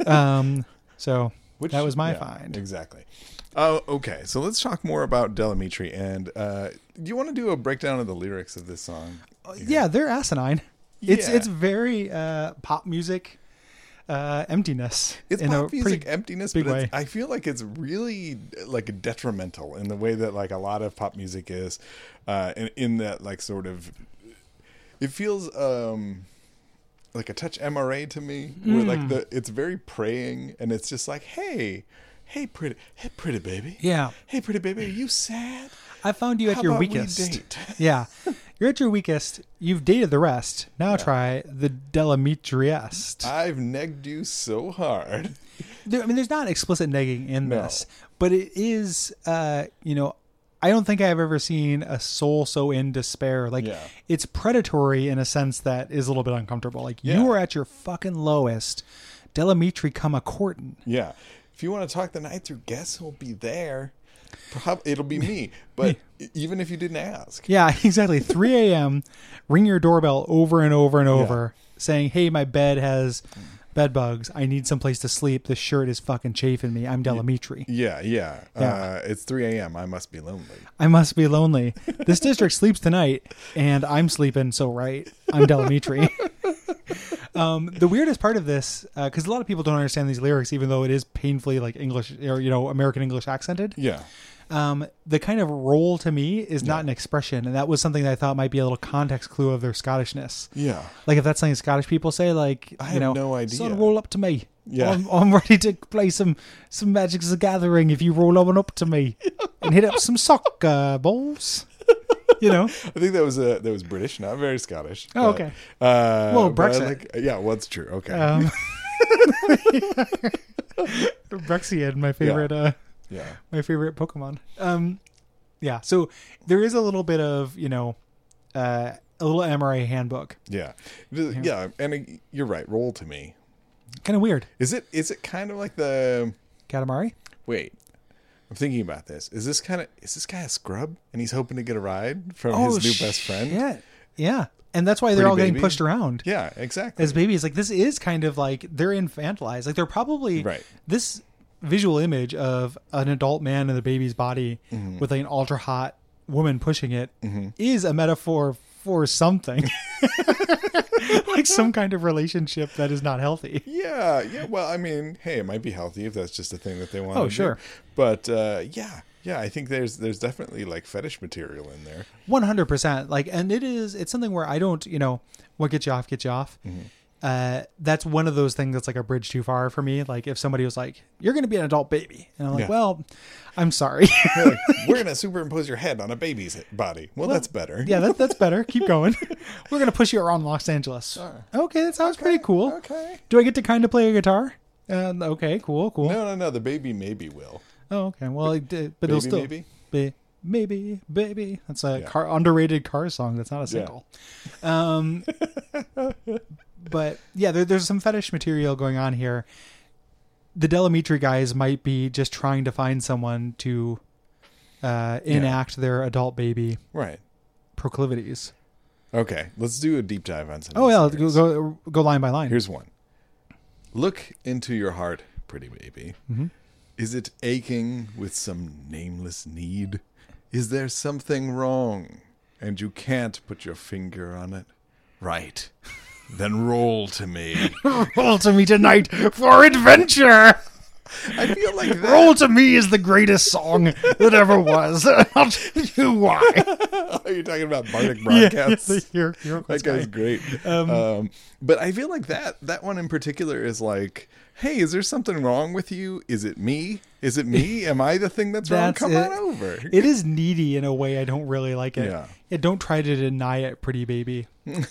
Speaker 3: Um, so
Speaker 2: Which-
Speaker 3: that was my
Speaker 2: yeah,
Speaker 3: find.
Speaker 2: Exactly. Oh, okay. So let's talk more about Delamitri. And uh, do you want to do a breakdown of the lyrics of this song?
Speaker 3: yeah, they're asinine. It's
Speaker 2: Yeah.
Speaker 3: it's very uh, pop music uh, emptiness.
Speaker 2: It's
Speaker 3: in a
Speaker 2: pop music
Speaker 3: pretty-
Speaker 2: emptiness,
Speaker 3: big
Speaker 2: but it's,
Speaker 3: way.
Speaker 2: I feel like it's really like detrimental in the way that like a lot of pop music is, uh, in, in that like sort of, it feels um, like a touch MRA to me, where
Speaker 3: Hmm.
Speaker 2: like the it's very praying and it's just like, hey, hey pretty, hey pretty baby,
Speaker 3: Yeah.
Speaker 2: hey pretty baby, are you sad?
Speaker 3: I found you at
Speaker 2: How
Speaker 3: your
Speaker 2: about we
Speaker 3: weakest.
Speaker 2: date? *laughs*
Speaker 3: yeah, you're at your weakest. You've dated the rest. Now try the Delametriest.
Speaker 2: I've negged you so hard.
Speaker 3: there, I mean, there's not explicit negging in
Speaker 2: No.
Speaker 3: this, but it is, uh, you know, I don't think I've ever seen a soul so in despair. Like,
Speaker 2: Yeah.
Speaker 3: it's predatory in a sense that is a little bit uncomfortable. Like,
Speaker 2: Yeah.
Speaker 3: you are at your fucking lowest. Delamitri come a courtin'.
Speaker 2: Yeah. If you want to talk the night through, guess who'll be there? Prob- it'll be
Speaker 3: *laughs*
Speaker 2: me. But e, even if you didn't ask,
Speaker 3: Yeah, *laughs* exactly. 3 a.m. ring your doorbell over and over and over, saying, "Hey, my bed has bed bugs. I need someplace to sleep. This shirt is fucking chafing me. I'm Delamitri.
Speaker 2: yeah, yeah. Uh,
Speaker 3: Yeah.
Speaker 2: it's 3 a.m. I must be lonely.
Speaker 3: I must be lonely. This
Speaker 2: *laughs*
Speaker 3: district sleeps tonight, and I'm sleeping so right.
Speaker 2: *laughs*
Speaker 3: I'm Delamitri." um, the weirdest part of this, because a lot of people don't understand these lyrics, even though it is painfully like English or you know American English accented.
Speaker 2: Yeah.
Speaker 3: um, the kind of role to me is not an expression, and that was something that I thought might be a little context clue of their Scottishness.
Speaker 2: Yeah.
Speaker 3: Like if that's something Scottish people say, like
Speaker 2: I
Speaker 3: you
Speaker 2: have
Speaker 3: know,
Speaker 2: no idea.
Speaker 3: Son, roll up to me.
Speaker 2: Yeah.
Speaker 3: I'm, I'm ready to play some some Magic the Gathering if you roll on up
Speaker 2: *laughs*
Speaker 3: to me and hit up some soccer balls. You know,
Speaker 2: I think that was uh that was British, not very Scottish.
Speaker 3: Oh,
Speaker 2: but,
Speaker 3: okay.
Speaker 2: Uh,
Speaker 3: Well,
Speaker 2: but I
Speaker 3: Brexit.
Speaker 2: like- yeah, well, it's true. Okay.
Speaker 3: um, Brexian, my favorite. Uh,
Speaker 2: yeah.
Speaker 3: my favorite Pokemon. Um, yeah. So there is a little bit of you know, uh, a little MRA handbook.
Speaker 2: Yeah. Yeah. And uh, you're right. Roll to me.
Speaker 3: Kind of weird.
Speaker 2: Is it is it kind of like the
Speaker 3: Katamari.
Speaker 2: wait? I'm thinking about this. Is this kind of is this guy a scrub and he's hoping to get a ride from his new best friend?
Speaker 3: Oh, Yeah. Yeah. And that's why they're
Speaker 2: Pretty
Speaker 3: all
Speaker 2: baby.
Speaker 3: getting pushed around
Speaker 2: Yeah, exactly.
Speaker 3: as babies. Like this is kind of like they're infantilized. Like they're probably
Speaker 2: Right.
Speaker 3: This visual image of an adult man in the baby's body
Speaker 2: Mm-hmm.
Speaker 3: with like an ultra hot woman pushing it is a metaphor for something. *laughs* like some kind of relationship that is not healthy.
Speaker 2: Yeah, yeah. Well, I mean, hey, it might be healthy if that's just a thing that they want.
Speaker 3: Oh,
Speaker 2: to do.
Speaker 3: sure.
Speaker 2: But uh, yeah, yeah. I think there's there's definitely like fetish material in there.
Speaker 3: One hundred percent. Like, and it is. It's something where I don't. You know, what gets you off, gets you off.
Speaker 2: Mm-hmm.
Speaker 3: Uh, that's one of those things that's like a bridge too far for me. Like, if somebody was like, "You're going to be an adult baby," and I'm like,
Speaker 2: Yeah.
Speaker 3: "Well, I'm sorry." *laughs*
Speaker 2: They're like, We're gonna superimpose your head on a baby's body. Well, that's better.
Speaker 3: yeah, that, that's better.
Speaker 2: *laughs*
Speaker 3: Keep going. We're going to push you around Los Angeles. Okay, that sounds pretty cool.
Speaker 2: Okay.
Speaker 3: Do I get to kind of play a guitar? Uh, okay, cool, cool.
Speaker 2: No, no, no. The baby maybe will.
Speaker 3: Oh, okay. Well, it, did- but it'll
Speaker 2: Baby,
Speaker 3: still
Speaker 2: maybe?
Speaker 3: be maybe, baby. That's a
Speaker 2: Yeah.
Speaker 3: car, underrated car song. That's not a single.
Speaker 2: *laughs*
Speaker 3: Um, but yeah, there, there's some fetish material going on here. The Delamitri guys might be just trying to find someone to uh, enact their adult baby
Speaker 2: Right.
Speaker 3: proclivities.
Speaker 2: Okay. Let's do a deep dive on some. of
Speaker 3: Oh
Speaker 2: these
Speaker 3: yeah, go,
Speaker 2: lyrics.
Speaker 3: go go line by line. *laughs*
Speaker 2: Here's one. Look into your heart, pretty baby.
Speaker 3: Mm-hmm.
Speaker 2: Is it aching with some nameless need? Is there something wrong and you can't put your finger on it? Right. Then roll to
Speaker 3: *laughs*
Speaker 2: me.
Speaker 3: roll to me tonight for adventure.
Speaker 2: I feel like that.
Speaker 3: Roll to me is the greatest song that ever was. *laughs* I'll tell
Speaker 2: *laughs*
Speaker 3: you why. *laughs*
Speaker 2: Are you talking about Bardic
Speaker 3: yeah,
Speaker 2: broadcasts?
Speaker 3: yeah, you're- you're-
Speaker 2: Um, that guy's great. Um, but I feel like that that one in particular is like, hey, is there something wrong with you? Is it me? Is it
Speaker 3: *laughs*
Speaker 2: me? Am I the thing that's, wrong? Come
Speaker 3: it.
Speaker 2: on over.
Speaker 3: It is needy in a way I don't really like it.
Speaker 2: Yeah.
Speaker 3: don't try to deny it,
Speaker 2: *laughs*
Speaker 3: pretty baby.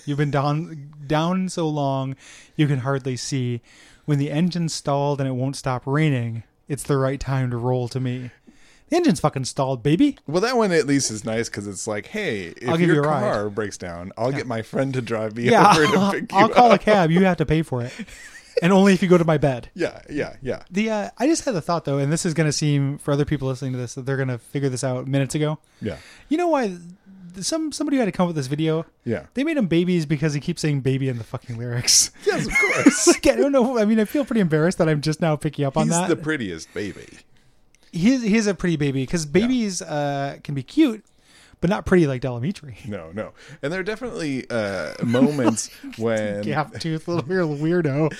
Speaker 3: You've been down down so long you can hardly see. When the engine's stalled and it won't stop raining, it's the right time to roll to me. The engine's fucking stalled, baby.
Speaker 2: Well, that one at least is nice because it's like, hey, if
Speaker 3: I'll give
Speaker 2: your
Speaker 3: you a ride.
Speaker 2: car breaks down, I'll get my friend to drive me
Speaker 3: Yeah,
Speaker 2: over to
Speaker 3: I'll,
Speaker 2: pick you
Speaker 3: I'll call
Speaker 2: up.
Speaker 3: a cab. You have to pay for it, and only if you go to my bed.
Speaker 2: *laughs* Yeah, yeah, yeah.
Speaker 3: The uh, I just had the thought though, and this is going to seem for other people listening to this that they're going to figure this out minutes ago. *laughs*
Speaker 2: Yeah.
Speaker 3: You know why? th- Some somebody had to come up with this video.
Speaker 2: Yeah.
Speaker 3: They made him babies because he keeps saying baby in the fucking lyrics. *laughs*
Speaker 2: Yes, of course.
Speaker 3: like I don't know. I mean, I feel pretty embarrassed that I'm just now picking up on
Speaker 2: He's
Speaker 3: that.
Speaker 2: the prettiest baby.
Speaker 3: he's he's a pretty baby because babies uh, can be cute, but not pretty like Delamitri. *laughs*
Speaker 2: No, no. And there are definitely uh, moments when
Speaker 3: Gap tooth, little weird weirdo.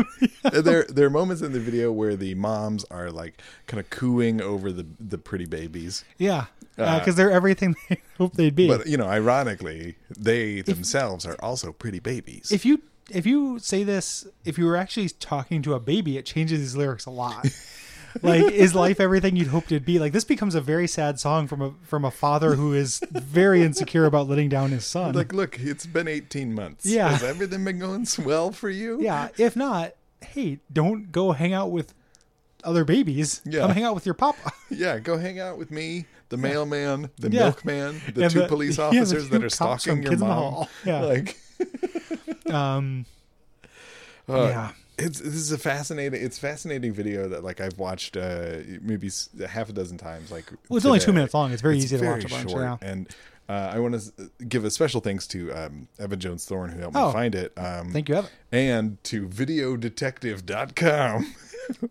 Speaker 2: *laughs* there there are moments in the video where the moms are like kind of cooing over the the pretty babies.
Speaker 3: Yeah,
Speaker 2: Uh,
Speaker 3: because they're everything *laughs* they hope they'd be.
Speaker 2: But you know, ironically, they themselves are also pretty babies.
Speaker 3: if you if you say this if you were actually talking to a baby it changes these lyrics
Speaker 2: *laughs*
Speaker 3: a lot like is life everything you'd hoped it'd be like this becomes a very sad song from a from a father who is very insecure about letting down his son
Speaker 2: like, look, it's been 18 months.
Speaker 3: Yeah.
Speaker 2: Has everything been going swell for you?
Speaker 3: yeah if not hey don't go hang out with other babies
Speaker 2: Yeah.
Speaker 3: come hang out with
Speaker 2: *laughs*
Speaker 3: your papa
Speaker 2: Yeah, go hang out with me, the mailman, the
Speaker 3: Yeah.
Speaker 2: milkman, the
Speaker 3: And
Speaker 2: two
Speaker 3: the-
Speaker 2: police
Speaker 3: *laughs* yeah, the
Speaker 2: officers that
Speaker 3: two
Speaker 2: are
Speaker 3: cops
Speaker 2: stalking
Speaker 3: from
Speaker 2: your
Speaker 3: Kids in the
Speaker 2: mom.
Speaker 3: Hall. Yeah.
Speaker 2: *laughs* Like,
Speaker 3: um
Speaker 2: uh,
Speaker 3: yeah
Speaker 2: it's this is a fascinating it's a fascinating video that like I've watched uh maybe s- half a dozen times like
Speaker 3: Well, it's only
Speaker 2: today.
Speaker 3: two minutes long. It's very easy to
Speaker 2: very
Speaker 3: watch a bunch,
Speaker 2: short,
Speaker 3: yeah.
Speaker 2: and uh, I want to give a special thanks to um, Evan Jones Thorne who helped
Speaker 3: Oh.
Speaker 2: me find it um
Speaker 3: thank you evan
Speaker 2: and to videodetective.com *laughs*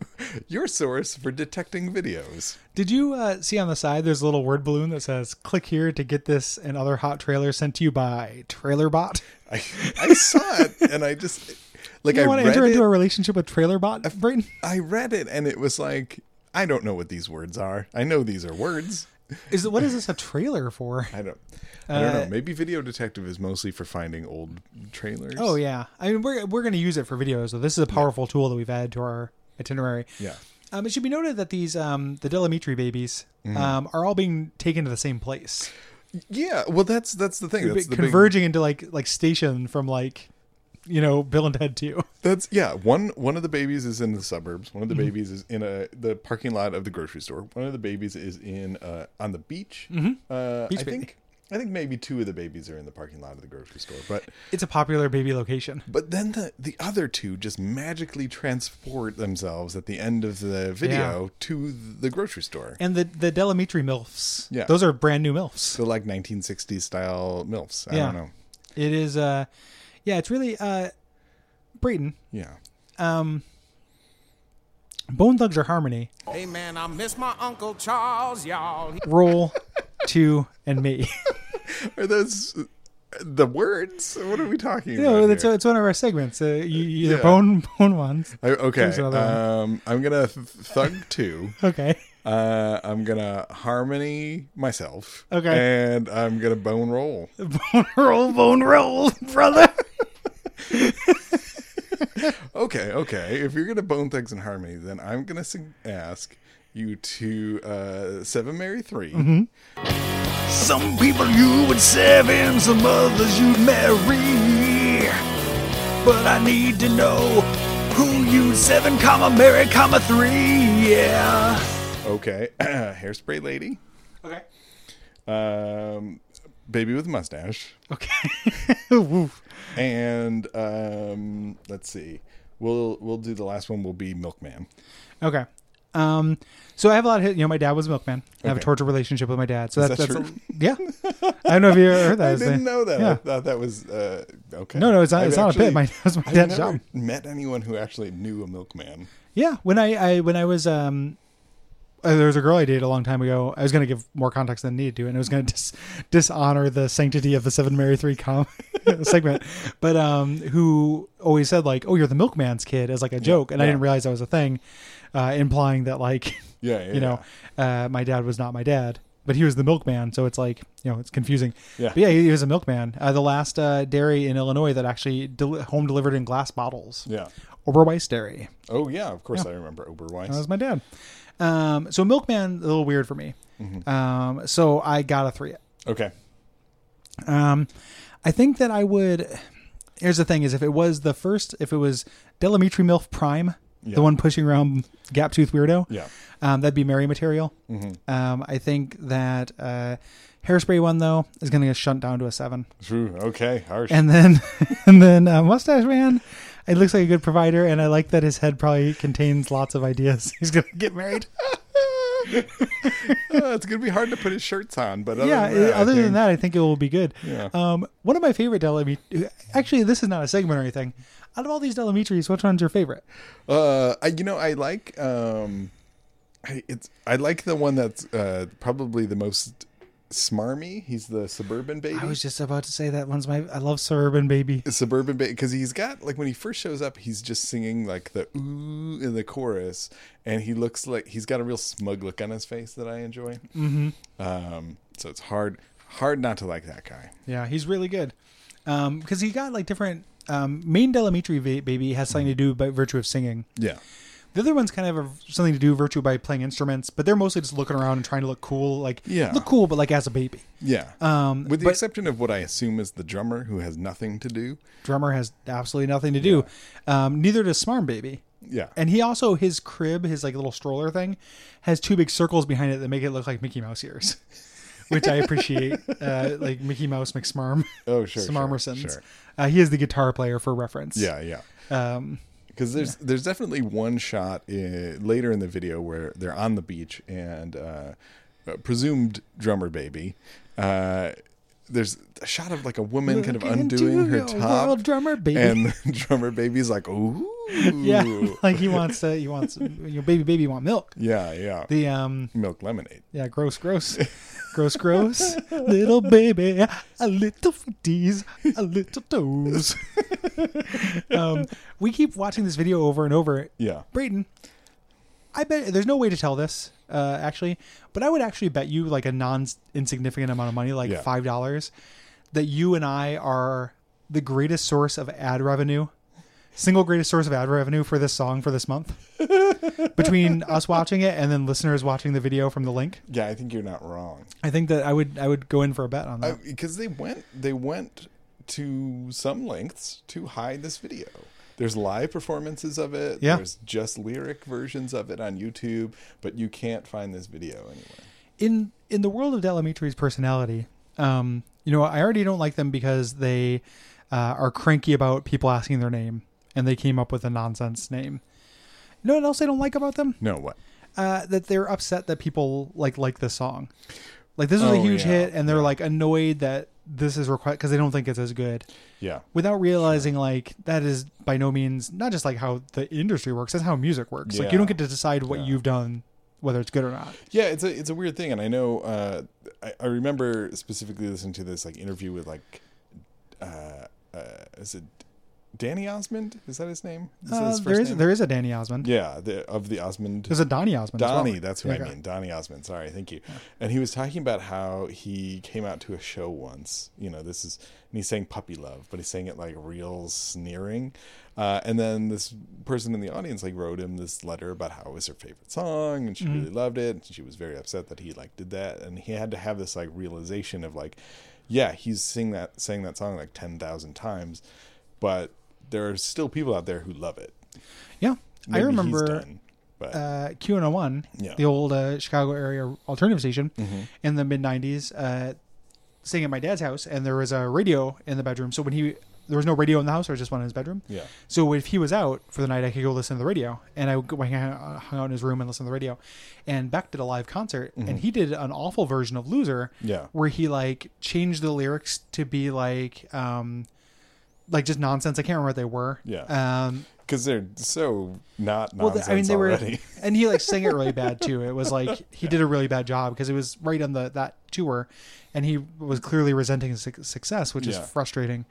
Speaker 2: your source for detecting videos
Speaker 3: did you uh, see on the side there's a little word balloon that says click here to get this and other hot trailers sent to you by trailerbot
Speaker 2: I, I saw it and I just like
Speaker 3: you
Speaker 2: I
Speaker 3: want
Speaker 2: read
Speaker 3: to enter
Speaker 2: it.
Speaker 3: into a relationship with trailerbot brayton
Speaker 2: I read it and it was like I don't know what these words are. I know these are words.
Speaker 3: Is it, what is this a
Speaker 2: *laughs*
Speaker 3: trailer for?
Speaker 2: I don't. I don't
Speaker 3: Uh,
Speaker 2: know. Maybe Video Detective is mostly for finding old trailers.
Speaker 3: Oh yeah, I mean we're we're going to use it for videos. So this is a powerful tool that we've added to our itinerary.
Speaker 2: Yeah.
Speaker 3: Um, it should be noted that these um, the Delamitri babies
Speaker 2: Mm-hmm.
Speaker 3: um, are all being taken to the same place,
Speaker 2: Yeah. Well, that's that's the thing. That's the
Speaker 3: converging into like like station from like you know Bill and Ted Two.
Speaker 2: big. That's yeah. One one of the babies is in the suburbs. One of the
Speaker 3: Mm-hmm.
Speaker 2: babies is in a the parking lot of the grocery store. One of the babies is in uh, on the beach. Uh,
Speaker 3: Mm-hmm. Beach
Speaker 2: I
Speaker 3: baby.
Speaker 2: think. I think maybe two of the babies are in the parking lot of the grocery store, but
Speaker 3: *laughs* It's a popular baby location.
Speaker 2: But then the, the other two just magically transport themselves at the end of the video to the grocery store.
Speaker 3: And the the Delamitri milfs,
Speaker 2: Yeah.
Speaker 3: those are brand new milfs.
Speaker 2: so like 1960s style MILFs. I
Speaker 3: Yeah.
Speaker 2: don't know.
Speaker 3: It is uh, yeah, it's really uh, Brayton.
Speaker 2: Yeah.
Speaker 3: Um, Bone Thugs are Harmony.
Speaker 4: Hey man, I miss my Uncle Charles, y'all.
Speaker 3: roll two
Speaker 2: *laughs*
Speaker 3: and me
Speaker 2: Are those uh, the words? What are we talking about?
Speaker 3: no that's
Speaker 2: here?
Speaker 3: it's one of our segments uh, you, you the
Speaker 2: Yeah.
Speaker 3: bone bone ones
Speaker 2: I- okay.
Speaker 3: Here's another
Speaker 2: Um, I'm going to thug two. *laughs*
Speaker 3: okay
Speaker 2: Uh, I'm going to harmony myself.
Speaker 3: Okay.
Speaker 2: And I'm going to bone roll.
Speaker 3: bone roll bone roll brother
Speaker 2: Okay, okay. If you're gonna bone thugs in harmony, then I'm gonna sing- ask you to uh seven marry 3
Speaker 1: Some people you would seven, some others you'd marry. But I need to know who you seven, comma marry, comma three. Yeah.
Speaker 2: Okay, *clears throat* hairspray lady,
Speaker 3: okay
Speaker 2: um, baby with mustache,
Speaker 3: okay *laughs* Woof.
Speaker 2: and um, let's see. We'll we'll do the last one. Will be milkman.
Speaker 3: okay um so i have a lot of you know my dad was a milkman i have a
Speaker 2: Okay.
Speaker 3: tortured relationship with my dad so that's
Speaker 2: that
Speaker 3: that's
Speaker 2: true?
Speaker 3: A, yeah i don't know if you ever heard
Speaker 2: *laughs*
Speaker 3: that
Speaker 2: I
Speaker 3: It's the-
Speaker 2: didn't know that. I
Speaker 3: yeah
Speaker 2: thought that was uh, okay.
Speaker 3: No, no, it's not-
Speaker 2: I've
Speaker 3: it's not a bit. My- *laughs* that's my
Speaker 2: I've
Speaker 3: dad's
Speaker 2: never
Speaker 3: job.
Speaker 2: Met anyone who actually knew a milkman?
Speaker 3: Yeah, when I, I when I was um, uh, there was a girl I dated a long time ago. I was going to give more context than I needed to, and I was going to dis- dishonor the sanctity of the Seven Mary Three com- *laughs* segment. But um, who always said like, "Oh, you're the milkman's kid" as like a joke, and I
Speaker 2: yeah.
Speaker 3: didn't realize that was a thing, uh, implying that like,
Speaker 2: *laughs* Yeah, yeah,
Speaker 3: you know, uh, my dad was not my dad. But he was the milkman, so it's like you know it's confusing.
Speaker 2: Yeah.
Speaker 3: But yeah, he was a milkman. Uh, the last uh, dairy in Illinois that actually del- home delivered in glass bottles
Speaker 2: Yeah.
Speaker 3: Oberweis Dairy.
Speaker 2: Oh yeah, of course I remember Oberweis.
Speaker 3: That was my dad. Um, so Milkman, a little weird for me.
Speaker 2: Mm-hmm.
Speaker 3: Um, so I got a three.
Speaker 2: okay.
Speaker 3: Um, I think that I would. Here's the thing: is if it was the first, if it was Delamitri Milf Prime,
Speaker 2: Yeah.
Speaker 3: the one pushing around Gap Tooth Weirdo,
Speaker 2: Yeah. Mm-hmm.
Speaker 3: um, that'd be Mary material. Um, I think that uh, Hairspray one though is going to get shunt down to a seven,
Speaker 2: True. Okay. Harsh.
Speaker 3: and then *laughs* and then uh, Mustache Man. It looks like a good provider, and I like that his head probably contains lots of ideas. *laughs* He's gonna get married.
Speaker 2: Uh, it's gonna be hard to put his shirts on, but other
Speaker 3: yeah.
Speaker 2: than that, I
Speaker 3: other than
Speaker 2: think-
Speaker 3: that, I think it will be good.
Speaker 2: Yeah.
Speaker 3: Um, one of my favorite Delamitri. Actually, this is not a segment or anything. Out of all these Delamitris, which one's your favorite?
Speaker 2: Uh, I, you know, I like um, I, it's I like the one that's uh probably the most smarmy. He's the suburban baby.
Speaker 3: I was just about to say that one's my. I love Suburban Baby.
Speaker 2: suburban baby because he's got like when he first shows up he's just singing like the ooh in the chorus and he looks like he's got a real smug look on his face that i enjoy mm-hmm. um so it's hard hard not to like that guy
Speaker 3: Yeah, he's really good. Um, because he got like different. Um, main Delamitri va- baby has something to do by virtue of singing.
Speaker 2: yeah
Speaker 3: The other ones kind of have something to do virtue by playing instruments, but they're mostly just looking around and trying to look cool, like
Speaker 2: Yeah.
Speaker 3: look cool, but like as a baby.
Speaker 2: yeah
Speaker 3: Um,
Speaker 2: with the
Speaker 3: but-
Speaker 2: exception of what i assume is the drummer who has nothing to do
Speaker 3: Drummer has absolutely nothing to do. Um, neither does Smarm Baby.
Speaker 2: yeah
Speaker 3: And he also his crib, his like little stroller thing, has two big circles behind it that make it look like Mickey Mouse ears, *laughs* which I appreciate. uh, like Mickey Mouse McSmarm.
Speaker 2: Oh, sure, sure,
Speaker 3: Smarmersons.
Speaker 2: sure.
Speaker 3: Uh, he is the guitar player for reference.
Speaker 2: yeah yeah
Speaker 3: Um,
Speaker 2: because there's there's definitely one shot uh later in the video where they're on the beach and uh, uh, presumed drummer baby. Uh, there's a shot of like a woman kind of
Speaker 3: Look into
Speaker 2: undoing her
Speaker 3: your
Speaker 2: top,
Speaker 3: world, drummer baby.
Speaker 2: and the *laughs* drummer baby's like, ooh,
Speaker 3: *laughs* Yeah. *laughs* like he wants to. He wants your baby. Baby want milk.
Speaker 2: yeah, yeah,
Speaker 3: The um.
Speaker 2: milk lemonade.
Speaker 3: Yeah. Gross. Gross. Gross. Gross. little baby, a little footies, a little toes. um, we keep watching this video over and over.
Speaker 2: Yeah,
Speaker 3: Brayden, I bet there's no way to tell this uh, actually, but I would actually bet you like a non insignificant amount of money, like
Speaker 2: Yeah.
Speaker 3: five dollars, that you and I are the greatest source of ad revenue, single greatest source of ad revenue for this song for this month, between us watching it and then listeners watching the video from the link.
Speaker 2: yeah. I think you're not wrong
Speaker 3: I think that I would I would go in for a bet on that.
Speaker 2: because they went they went to some lengths to hide this video. There's live performances of it.
Speaker 3: Yeah.
Speaker 2: There's just lyric versions of it on YouTube, but you can't find this video anywhere.
Speaker 3: in in the world of Delamitri's personality, um, you know, I already don't like them because they uh, are cranky about people asking their name, and they came up with a nonsense name. You know what else I don't like about them?
Speaker 2: No, what?
Speaker 3: Uh, that they're upset that people like like this song. Like this was a
Speaker 2: Oh,
Speaker 3: huge
Speaker 2: yeah,
Speaker 3: hit, and they're like annoyed that this is required because they don't think it's as good
Speaker 2: Yeah.
Speaker 3: without realizing like that is by no means not just like how the industry works that's how music works like
Speaker 2: Yeah.
Speaker 3: you don't get to decide what
Speaker 2: Yeah.
Speaker 3: you've done whether it's good or not
Speaker 2: Yeah, it's a it's a weird thing, and I know uh, I, I remember specifically listening to this like interview with like uh, uh, is it Danny Osmond? Is that his name? Is that
Speaker 3: Uh,
Speaker 2: his
Speaker 3: there is there is a danny osmond
Speaker 2: yeah, the, of the Osmond
Speaker 3: There's a Donny Osmond. as well.
Speaker 2: Donnie, that's who
Speaker 3: Okay.
Speaker 2: I mean. Donnie Osmond. Sorry, thank you. And he was talking about how he came out to a show once. You know, this is, and he's saying puppy love, but he's saying it like real sneering. Uh, and then this person in the audience like wrote him this letter about how it was her favorite song and she
Speaker 3: Mm-hmm.
Speaker 2: really loved it. And she was very upset that he like did that. And he had to have this like realization of like, yeah, he's sing that, sang that song like 10,000 times, but there are still people out there who love it.
Speaker 3: Yeah, I
Speaker 2: Maybe he's
Speaker 3: remember
Speaker 2: done, but
Speaker 3: uh, QN01,
Speaker 2: Yeah. Mm-hmm.
Speaker 3: the old uh, Chicago area alternative station in the mid '90s, uh, staying at my dad's house, and there was a radio in the bedroom. So when he there was no radio in the house, there was just one in his bedroom.
Speaker 2: Yeah.
Speaker 3: So if he was out for the night, I could go listen to the radio, and I would go, I hung hung out in his room and listen to the radio. And Beck did a live concert, and he did an awful version of "Loser,"
Speaker 2: Mm-hmm. Yeah.
Speaker 3: where he like changed the lyrics to be like. Um, like just nonsense. I can't remember what they were.
Speaker 2: Yeah.
Speaker 3: Um,
Speaker 2: because they're so not
Speaker 3: well,
Speaker 2: nonsense
Speaker 3: th- I mean, they were, *laughs*
Speaker 2: already.
Speaker 3: and he like sang it really bad too. It was like he did a really bad job because it was right on the that tour, and he was clearly resenting his suc- success, which
Speaker 2: Yeah.
Speaker 3: is frustrating.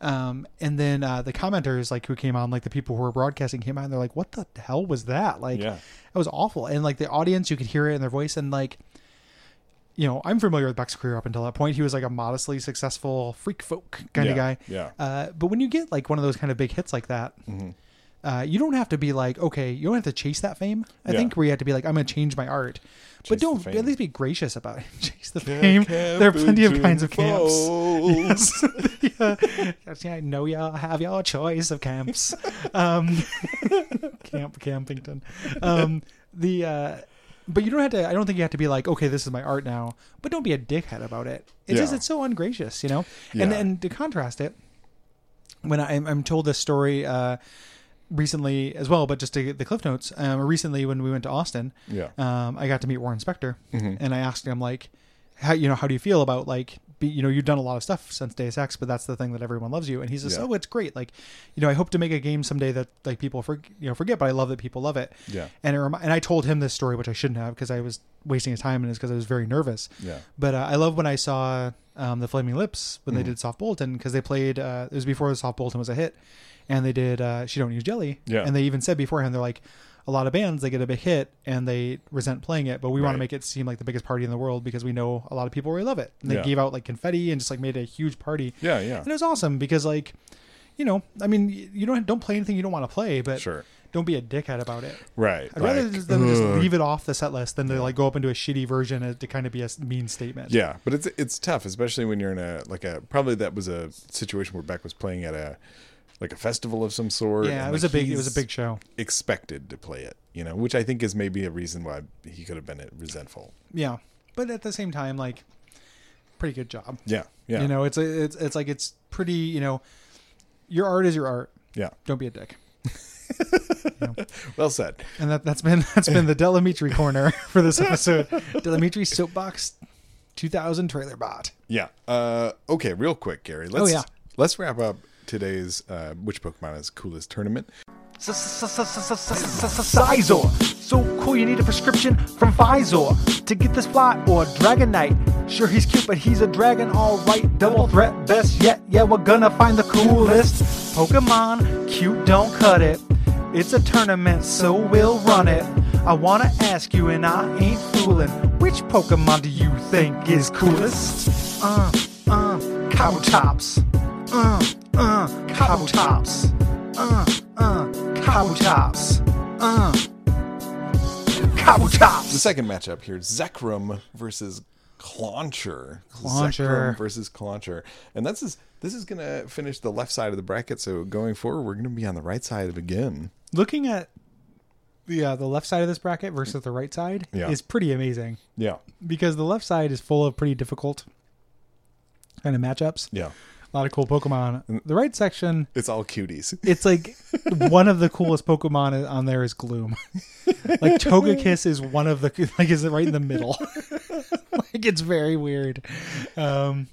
Speaker 3: Um, and then uh, the commenters like who came on, like the people who were broadcasting came on, they're like, "What the hell was that? Like,
Speaker 2: Yeah.
Speaker 3: that was awful." And like the audience, you could hear it in their voice, and like. You know, I'm familiar with Beck's career up until that point. He was like a modestly successful freak folk kind
Speaker 2: Yeah,
Speaker 3: of guy.
Speaker 2: yeah.
Speaker 3: Uh, but when you get like one of those kind of big hits like that, uh, you don't have to be like, okay, you don't have to chase that fame. I
Speaker 2: Yeah.
Speaker 3: think where you have to be like, I'm going to change my art.
Speaker 2: Chase
Speaker 3: but
Speaker 2: the
Speaker 3: don't
Speaker 2: fame.
Speaker 3: at least be gracious about *laughs* it. Chase the
Speaker 2: Yeah,
Speaker 3: fame.
Speaker 2: camp
Speaker 3: There are plenty of
Speaker 2: in
Speaker 3: kinds of
Speaker 2: Twin
Speaker 3: camps. *laughs*
Speaker 2: Falls.
Speaker 3: yeah. I know y'all have your choice of camps. Um, *laughs* camp Campington. Um, the uh, but you don't have to. I don't think you have to be like, okay, this is my art now. But don't be a dickhead about it. It's just
Speaker 2: Yeah.
Speaker 3: it's so ungracious, you know. And
Speaker 2: Yeah.
Speaker 3: and to contrast it, when I, I'm told this story. Uh, recently as well, but just to get the cliff notes. Um, recently, when we went to Austin,
Speaker 2: Yeah.
Speaker 3: um, I got to meet Warren Spector,
Speaker 2: Mm-hmm.
Speaker 3: and I asked him like, how you know, how do you feel about like, be, you know, you've done a lot of stuff since Deus Ex, but that's the thing that everyone loves you. And he says,
Speaker 2: Yeah.
Speaker 3: oh, it's great. Like, you know, I hope to make a game someday that like people for, you know forget, but I love that people love it.
Speaker 2: Yeah.
Speaker 3: And it remi- and I told him this story, which I shouldn't have because I was wasting his time, and it's because I was very nervous.
Speaker 2: Yeah.
Speaker 3: But uh, I love when I saw um, the Flaming Lips when
Speaker 2: Mm-hmm.
Speaker 3: they did Soft Bolton because they played. Uh, it was before the Soft Bolton was a hit, and they did uh, She Don't Use Jelly.
Speaker 2: Yeah.
Speaker 3: And they even said beforehand they're like, a lot of bands they get a big hit and they resent playing it, but we
Speaker 2: Right.
Speaker 3: want to make it seem like the biggest party in the world because we know a lot of people really love it. And they
Speaker 2: Yeah.
Speaker 3: gave out like confetti and just like made a huge party.
Speaker 2: Yeah, yeah.
Speaker 3: And it was awesome because like, you know, I mean, y- you don't don't play anything you don't want to play, but
Speaker 2: Sure.
Speaker 3: don't be a dickhead about it.
Speaker 2: Right.
Speaker 3: I'd rather
Speaker 2: like-
Speaker 3: just, them just leave it off the set list than to like go up into a shitty version and to kind of be a s- mean statement.
Speaker 2: Yeah, but it's it's tough, especially when you're in a like a probably that was a situation where Beck was playing at a like a festival of some sort.
Speaker 3: Yeah,
Speaker 2: and,
Speaker 3: it was
Speaker 2: like,
Speaker 3: a big it was a
Speaker 2: he's
Speaker 3: big show.
Speaker 2: Expected to play it, you know, which I think is maybe a reason why he could have been resentful.
Speaker 3: Yeah. But at the same time like pretty good job.
Speaker 2: Yeah, yeah,
Speaker 3: You know, it's a, it's it's like it's pretty, you know, your art is your art.
Speaker 2: yeah.
Speaker 3: Don't be a dick.
Speaker 2: Well said.
Speaker 3: And that that's been that's been the Delamitri corner for this episode. Delamitri soapbox 2000 trailer bot.
Speaker 2: Yeah. Uh, okay, real quick, Gary. Let's,
Speaker 3: Oh, yeah.
Speaker 2: Let's wrap up today's uh, which Pokemon is coolest tournament.
Speaker 1: Sizor. So cool, you need a prescription from Pfizer to get this fly or Dragonite. Sure, he's cute, but he's a dragon, alright. Double threat, best yet. Yeah, we're gonna find the coolest Pokemon. Cute, don't cut it. It's a tournament, so we'll run it. I wanna ask you, and I ain't fooling. Which Pokemon do you think is coolest? Uh, uh, Cowtops. Uh, uh, Cowtops. Uh, uh, Cowtops. Uh,
Speaker 2: The
Speaker 1: Cowtops.
Speaker 2: second matchup here: Zekrom versus Clauncher.
Speaker 3: Clauncher.
Speaker 2: Zekrom versus Clauncher, and that's is this is gonna finish the left side of the bracket. So going forward, we're gonna be on the right side of again.
Speaker 3: Looking at the uh, the left side of this bracket versus the right side
Speaker 2: Yeah.
Speaker 3: is pretty amazing
Speaker 2: Yeah,
Speaker 3: because the left side is full of pretty difficult kind of matchups.
Speaker 2: yeah. Mm.
Speaker 3: A lot of cool Pokemon. The right section
Speaker 2: It's all cuties. *laughs*
Speaker 3: it's like one of the coolest Pokemon on there is
Speaker 2: *laughs*
Speaker 3: Gloom. like Togekiss is one of the like is it right in
Speaker 2: *laughs*
Speaker 3: the middle. like it's very weird. Um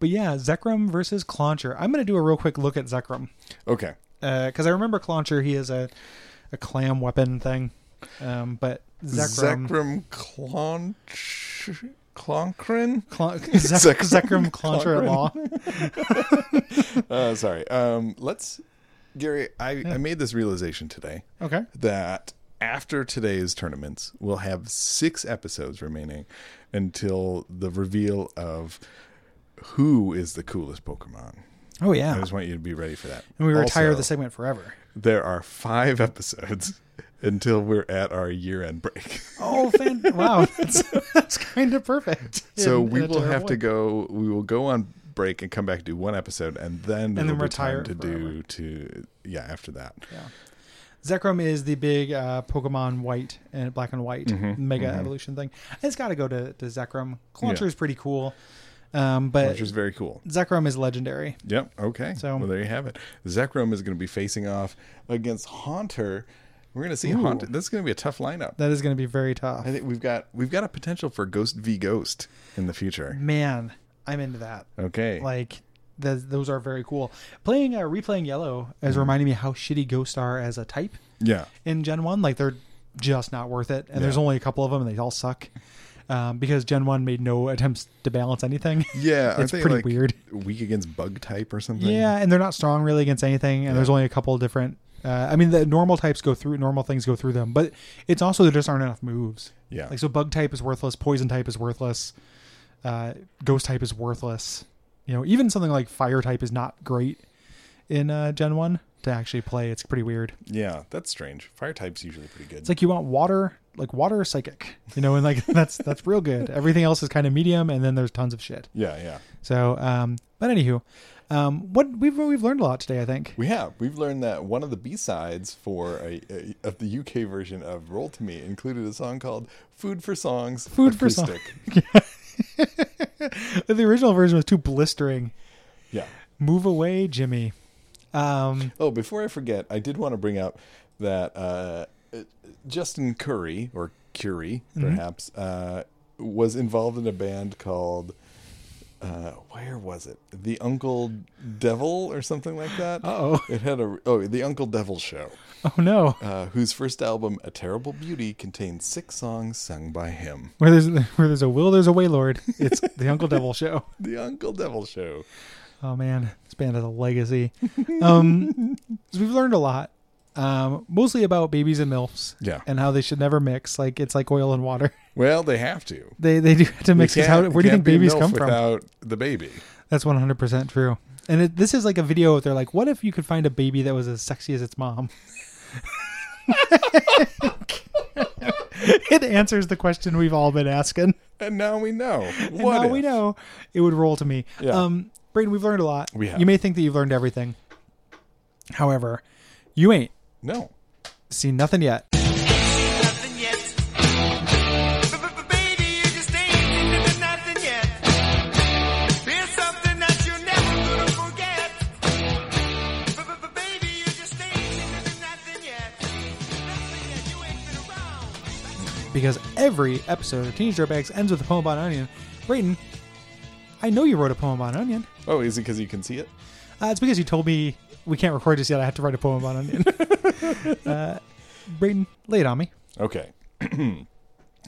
Speaker 3: but yeah, Zekrom versus Clauncher. I'm gonna do a real quick look at Zekrom
Speaker 2: Okay.
Speaker 3: because Uh, I remember Clauncher. He is a a clam weapon thing, um, but Zekrom.
Speaker 2: Zekrom Claunch Clonkrin. *laughs*
Speaker 3: Cla- Zek-
Speaker 2: Zekrom
Speaker 3: Zekrom Clauncher at law.
Speaker 2: Uh, sorry. Um, let's, Gary. I, I made this realization today.
Speaker 3: Okay.
Speaker 2: that after today's tournaments, we'll have six episodes remaining until the reveal of who is the coolest Pokemon.
Speaker 3: Oh
Speaker 2: I
Speaker 3: yeah,
Speaker 2: just want you to be ready for that.
Speaker 3: and we retire
Speaker 2: Also,
Speaker 3: the segment forever.
Speaker 2: There are five *laughs* episodes until we're at our year-end
Speaker 3: *laughs*
Speaker 2: break. *laughs*
Speaker 3: Oh, fan- wow, *laughs* that's, that's kind of perfect.
Speaker 2: so
Speaker 3: In- in
Speaker 2: we
Speaker 3: a
Speaker 2: will have
Speaker 3: terrible
Speaker 2: to
Speaker 3: way.
Speaker 2: go. We will go on break and come back and do one episode, and then
Speaker 3: then
Speaker 2: there'll be
Speaker 3: retire
Speaker 2: time to
Speaker 3: forever.
Speaker 2: do to yeah after that.
Speaker 3: Zekrom is the big uh, Pokemon White and Black and White Mega Evolution thing. It's got to go to to Zekrom. Clauncher
Speaker 2: Mm-hmm. Yeah.
Speaker 3: is pretty cool, um, but
Speaker 2: Which is very cool.
Speaker 3: Zekrom is legendary.
Speaker 2: Yep. Okay.
Speaker 3: So-
Speaker 2: well, there you have it. Zekrom is going to be facing off against Haunter. We're going to see Haunter. This is going to be a tough lineup.
Speaker 3: That is going to be very tough.
Speaker 2: I think we've got we've got a potential for Ghost v Ghost in the future.
Speaker 3: Man, I'm into that.
Speaker 2: Okay.
Speaker 3: Mm, like th those are very cool playing uh, replaying yellow is reminding me how shitty ghosts are as a type
Speaker 2: yeah.
Speaker 3: in gen 1 like they're just not worth it and there's
Speaker 2: Yeah.
Speaker 3: only a couple of them and they all suck um, because gen 1 made no attempts to balance anything *laughs*
Speaker 2: Yeah.
Speaker 3: it's pretty weird
Speaker 2: Weak against bug type or something.
Speaker 3: yeah and they're not strong really against anything and there's only a couple of different uh, I mean, the normal types go through normal things go through them, but it's also there just aren't enough moves.
Speaker 2: Yeah.
Speaker 3: Like so, bug type is worthless, poison type is worthless, uh, ghost type is worthless. You know, even something like fire type is not great in uh, Gen One. to actually play. It's pretty weird.
Speaker 2: Yeah, that's strange. Fire type's usually pretty good.
Speaker 3: It's like you want water, like water psychic, you know, and like *laughs* that's that's real good. Everything else is kind of medium, and then there's tons of shit.
Speaker 2: yeah, yeah.
Speaker 3: So, um, but anywho, um, what we've we've learned a lot today, I think.
Speaker 2: We have. We've learned that one of the B sides for a, a of the UK version of "Roll to Me" included a song called "Food for Songs."
Speaker 3: Food for song.
Speaker 2: Acoustic.
Speaker 3: the original version was too blistering.
Speaker 2: Yeah.
Speaker 3: Move away, Jimmy. Um,
Speaker 2: Oh, before I forget, I did want to bring up that uh, Justin Curry or Curie,
Speaker 3: Mm-hmm.
Speaker 2: perhaps, uh, was involved in a band called. Uh, where was it? The Uncle Devil or something like that.
Speaker 3: Uh-oh. *laughs*
Speaker 2: It had a oh the Uncle Devil show,
Speaker 3: oh no,
Speaker 2: uh, whose first album, A Terrible Beauty, contains six songs sung by him.
Speaker 3: where there's where there's a will, there's a waylord. It's the Uncle Devil show.
Speaker 2: The Uncle Devil show.
Speaker 3: Oh man, this band has a legacy. Um, so we've learned a lot, um, mostly about babies and milfs,
Speaker 2: Yeah.
Speaker 3: and how they should never mix. Like it's like oil and water. *laughs*
Speaker 2: Well, they have to.
Speaker 3: They they do have to mix. 'cause How,
Speaker 2: Can't-
Speaker 3: where do you
Speaker 2: can't
Speaker 3: think
Speaker 2: be
Speaker 3: babies
Speaker 2: MILF
Speaker 3: come from?
Speaker 2: Without the baby.
Speaker 3: That's one hundred percent true. And it, this is like a video. They're like, what if you could find a baby that was as sexy as its mom? *laughs* it answers the question we've all been asking.
Speaker 2: And now we know. What
Speaker 3: And now we
Speaker 2: if?
Speaker 3: know it would roll to me.
Speaker 2: Yeah.
Speaker 3: Um, Braden, we've learned a lot.
Speaker 2: We have.
Speaker 3: You may think that you've learned everything. However, you ain't
Speaker 2: No.
Speaker 3: seen nothing yet.
Speaker 4: nothing yet. Baby, you just ain't seen nothing yet. Here's something that you're never gonna forget. Baby, you just ain't seen nothing yet. Nothing yet, you ain't been around.
Speaker 3: because every episode of Teenage Dirtbags ends with a poem about an onion. Brayden, I know you wrote a poem about an onion.
Speaker 2: Oh, is it because you can see it?
Speaker 3: Uh, it's because you told me we can't record this yet. I have to write a poem about an
Speaker 2: *laughs*
Speaker 3: onion. uh, Brayden, lay it on me.
Speaker 2: Okay. *clears throat*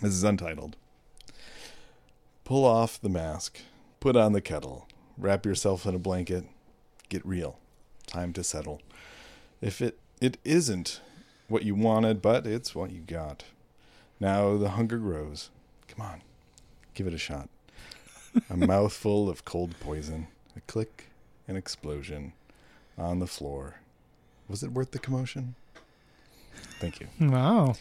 Speaker 2: this is untitled. Pull off the mask, put on the kettle, wrap yourself in a blanket, get real. Time to settle. If it it isn't what you wanted, but it's what you got. Now the hunger grows. Come on. Give it a shot. a mouthful of cold poison, a click, an explosion on the floor. Was it worth the commotion? Thank you.
Speaker 3: Wow.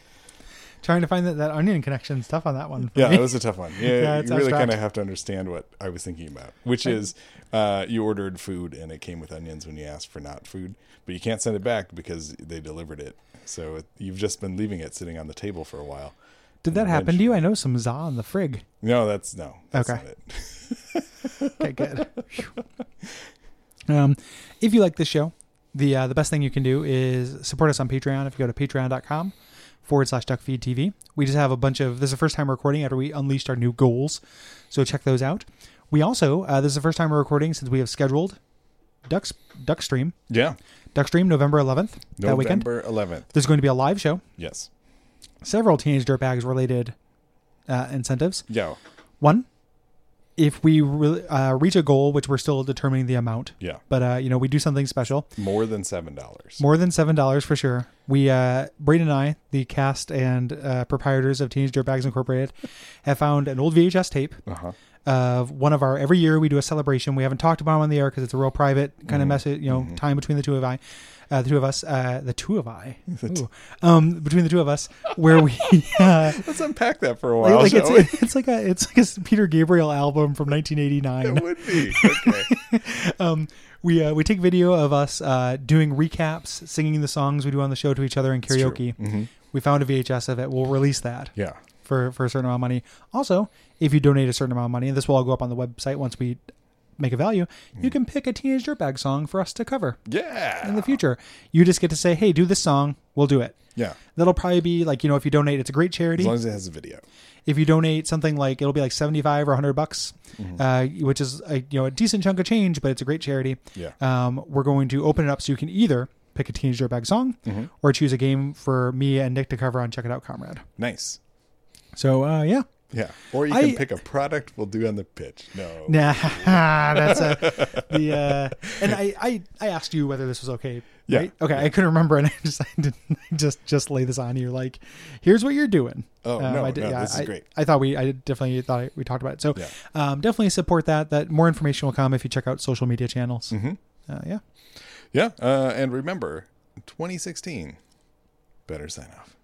Speaker 3: Trying to find that, that onion connection stuff on that one. for
Speaker 2: Yeah,
Speaker 3: me.
Speaker 2: that was a tough one.
Speaker 3: *laughs*
Speaker 2: Yeah,
Speaker 3: Yeah, it's
Speaker 2: you really
Speaker 3: abstract.
Speaker 2: kind of have to understand what I was thinking about, which is uh, you ordered food and it came with onions when you asked for not food, but you can't send it back because they delivered it. So it, you've just been leaving it sitting on the table for a while.
Speaker 3: Did that happen to you? I know some za on the frig.
Speaker 2: No, that's no. That's
Speaker 3: Okay.
Speaker 2: not it. *laughs*
Speaker 3: Okay, good. Phew. um, if you like this show, the uh, the best thing you can do is support us on Patreon. If you go to patreon.com forward slash duckfeedtv, we just have a bunch of. This is the first time we're recording after we unleashed our new goals, so check those out. We also uh, this is the first time we're recording since we have scheduled ducks duck stream
Speaker 2: Yeah.
Speaker 3: duck stream November 11th that weekend.
Speaker 2: November 11th.
Speaker 3: There's going to be a live show,
Speaker 2: Yes.
Speaker 3: several teenage dirtbags related uh, incentives.
Speaker 2: Yeah.
Speaker 3: One, if we re- uh, reach a goal, which we're still determining the amount.
Speaker 2: Yeah.
Speaker 3: But uh, you know, we do something special.
Speaker 2: More than $7.
Speaker 3: More than seven dollars for sure. We, uh, Braden and I, the cast and uh, proprietors of Teenage Dirtbags Incorporated, have found an old VHS tape
Speaker 2: Uh-huh.
Speaker 3: of one of our. Every year we do a celebration. We haven't talked about it on the air because it's a real private kind of message. You know, time between the two of I, uh, the two of us, uh, the two of I, Ooh. um, between the two of us, where we. *laughs* Uh,
Speaker 2: Let's unpack that for a while. *laughs*
Speaker 3: like
Speaker 2: shall we?
Speaker 3: it's, it's like a it's like a Peter Gabriel album from 1989.
Speaker 2: It would be. Okay.
Speaker 3: We uh, we take video of us uh, doing recaps, singing the songs we do on the show to each other in karaoke. We found a VHS of it. We'll release that
Speaker 2: *laughs* Mm-hmm. yeah.
Speaker 3: for for a certain amount of money. Also, if you donate a certain amount of money, and this will all go up on the website once we make a value, you can pick a teenage dirtbag song for us to cover
Speaker 2: Mm. Yeah.
Speaker 3: in the future. You just get to say, "Hey, do this song. We'll do it."
Speaker 2: Yeah.
Speaker 3: That'll probably be like you know if you donate, it's a great charity
Speaker 2: As long as it has a video.
Speaker 3: if you donate something like it'll be like 75 or 100 bucks uh, which is a, you know a decent chunk of change but it's a great charity
Speaker 2: Yeah.
Speaker 3: um, we're going to open it up so you can either pick a teenage dirtbag song or choose a game for me and nick to cover on check it out comrade
Speaker 2: Nice.
Speaker 3: so uh, yeah
Speaker 2: Yeah. Or you can
Speaker 3: I-
Speaker 2: pick a product we'll do on the pitch. No.
Speaker 3: nah *laughs* that's a the
Speaker 2: *laughs*
Speaker 3: uh, and I, I i asked you whether this was okay
Speaker 2: Yeah.
Speaker 3: right? okay i couldn't remember and i just i didn't I just just lay this on you like here's what you're doing Um,
Speaker 2: Oh, no,
Speaker 3: I
Speaker 2: no, this is
Speaker 3: I-
Speaker 2: great.
Speaker 3: I thought we, I definitely thought we talked about it. So,
Speaker 2: Yeah. Mm-hmm.
Speaker 3: um, definitely support that. That more information will come if you check out social media channels. Uh, yeah,
Speaker 2: Yeah. Uh, and remember, 2016, better sign off.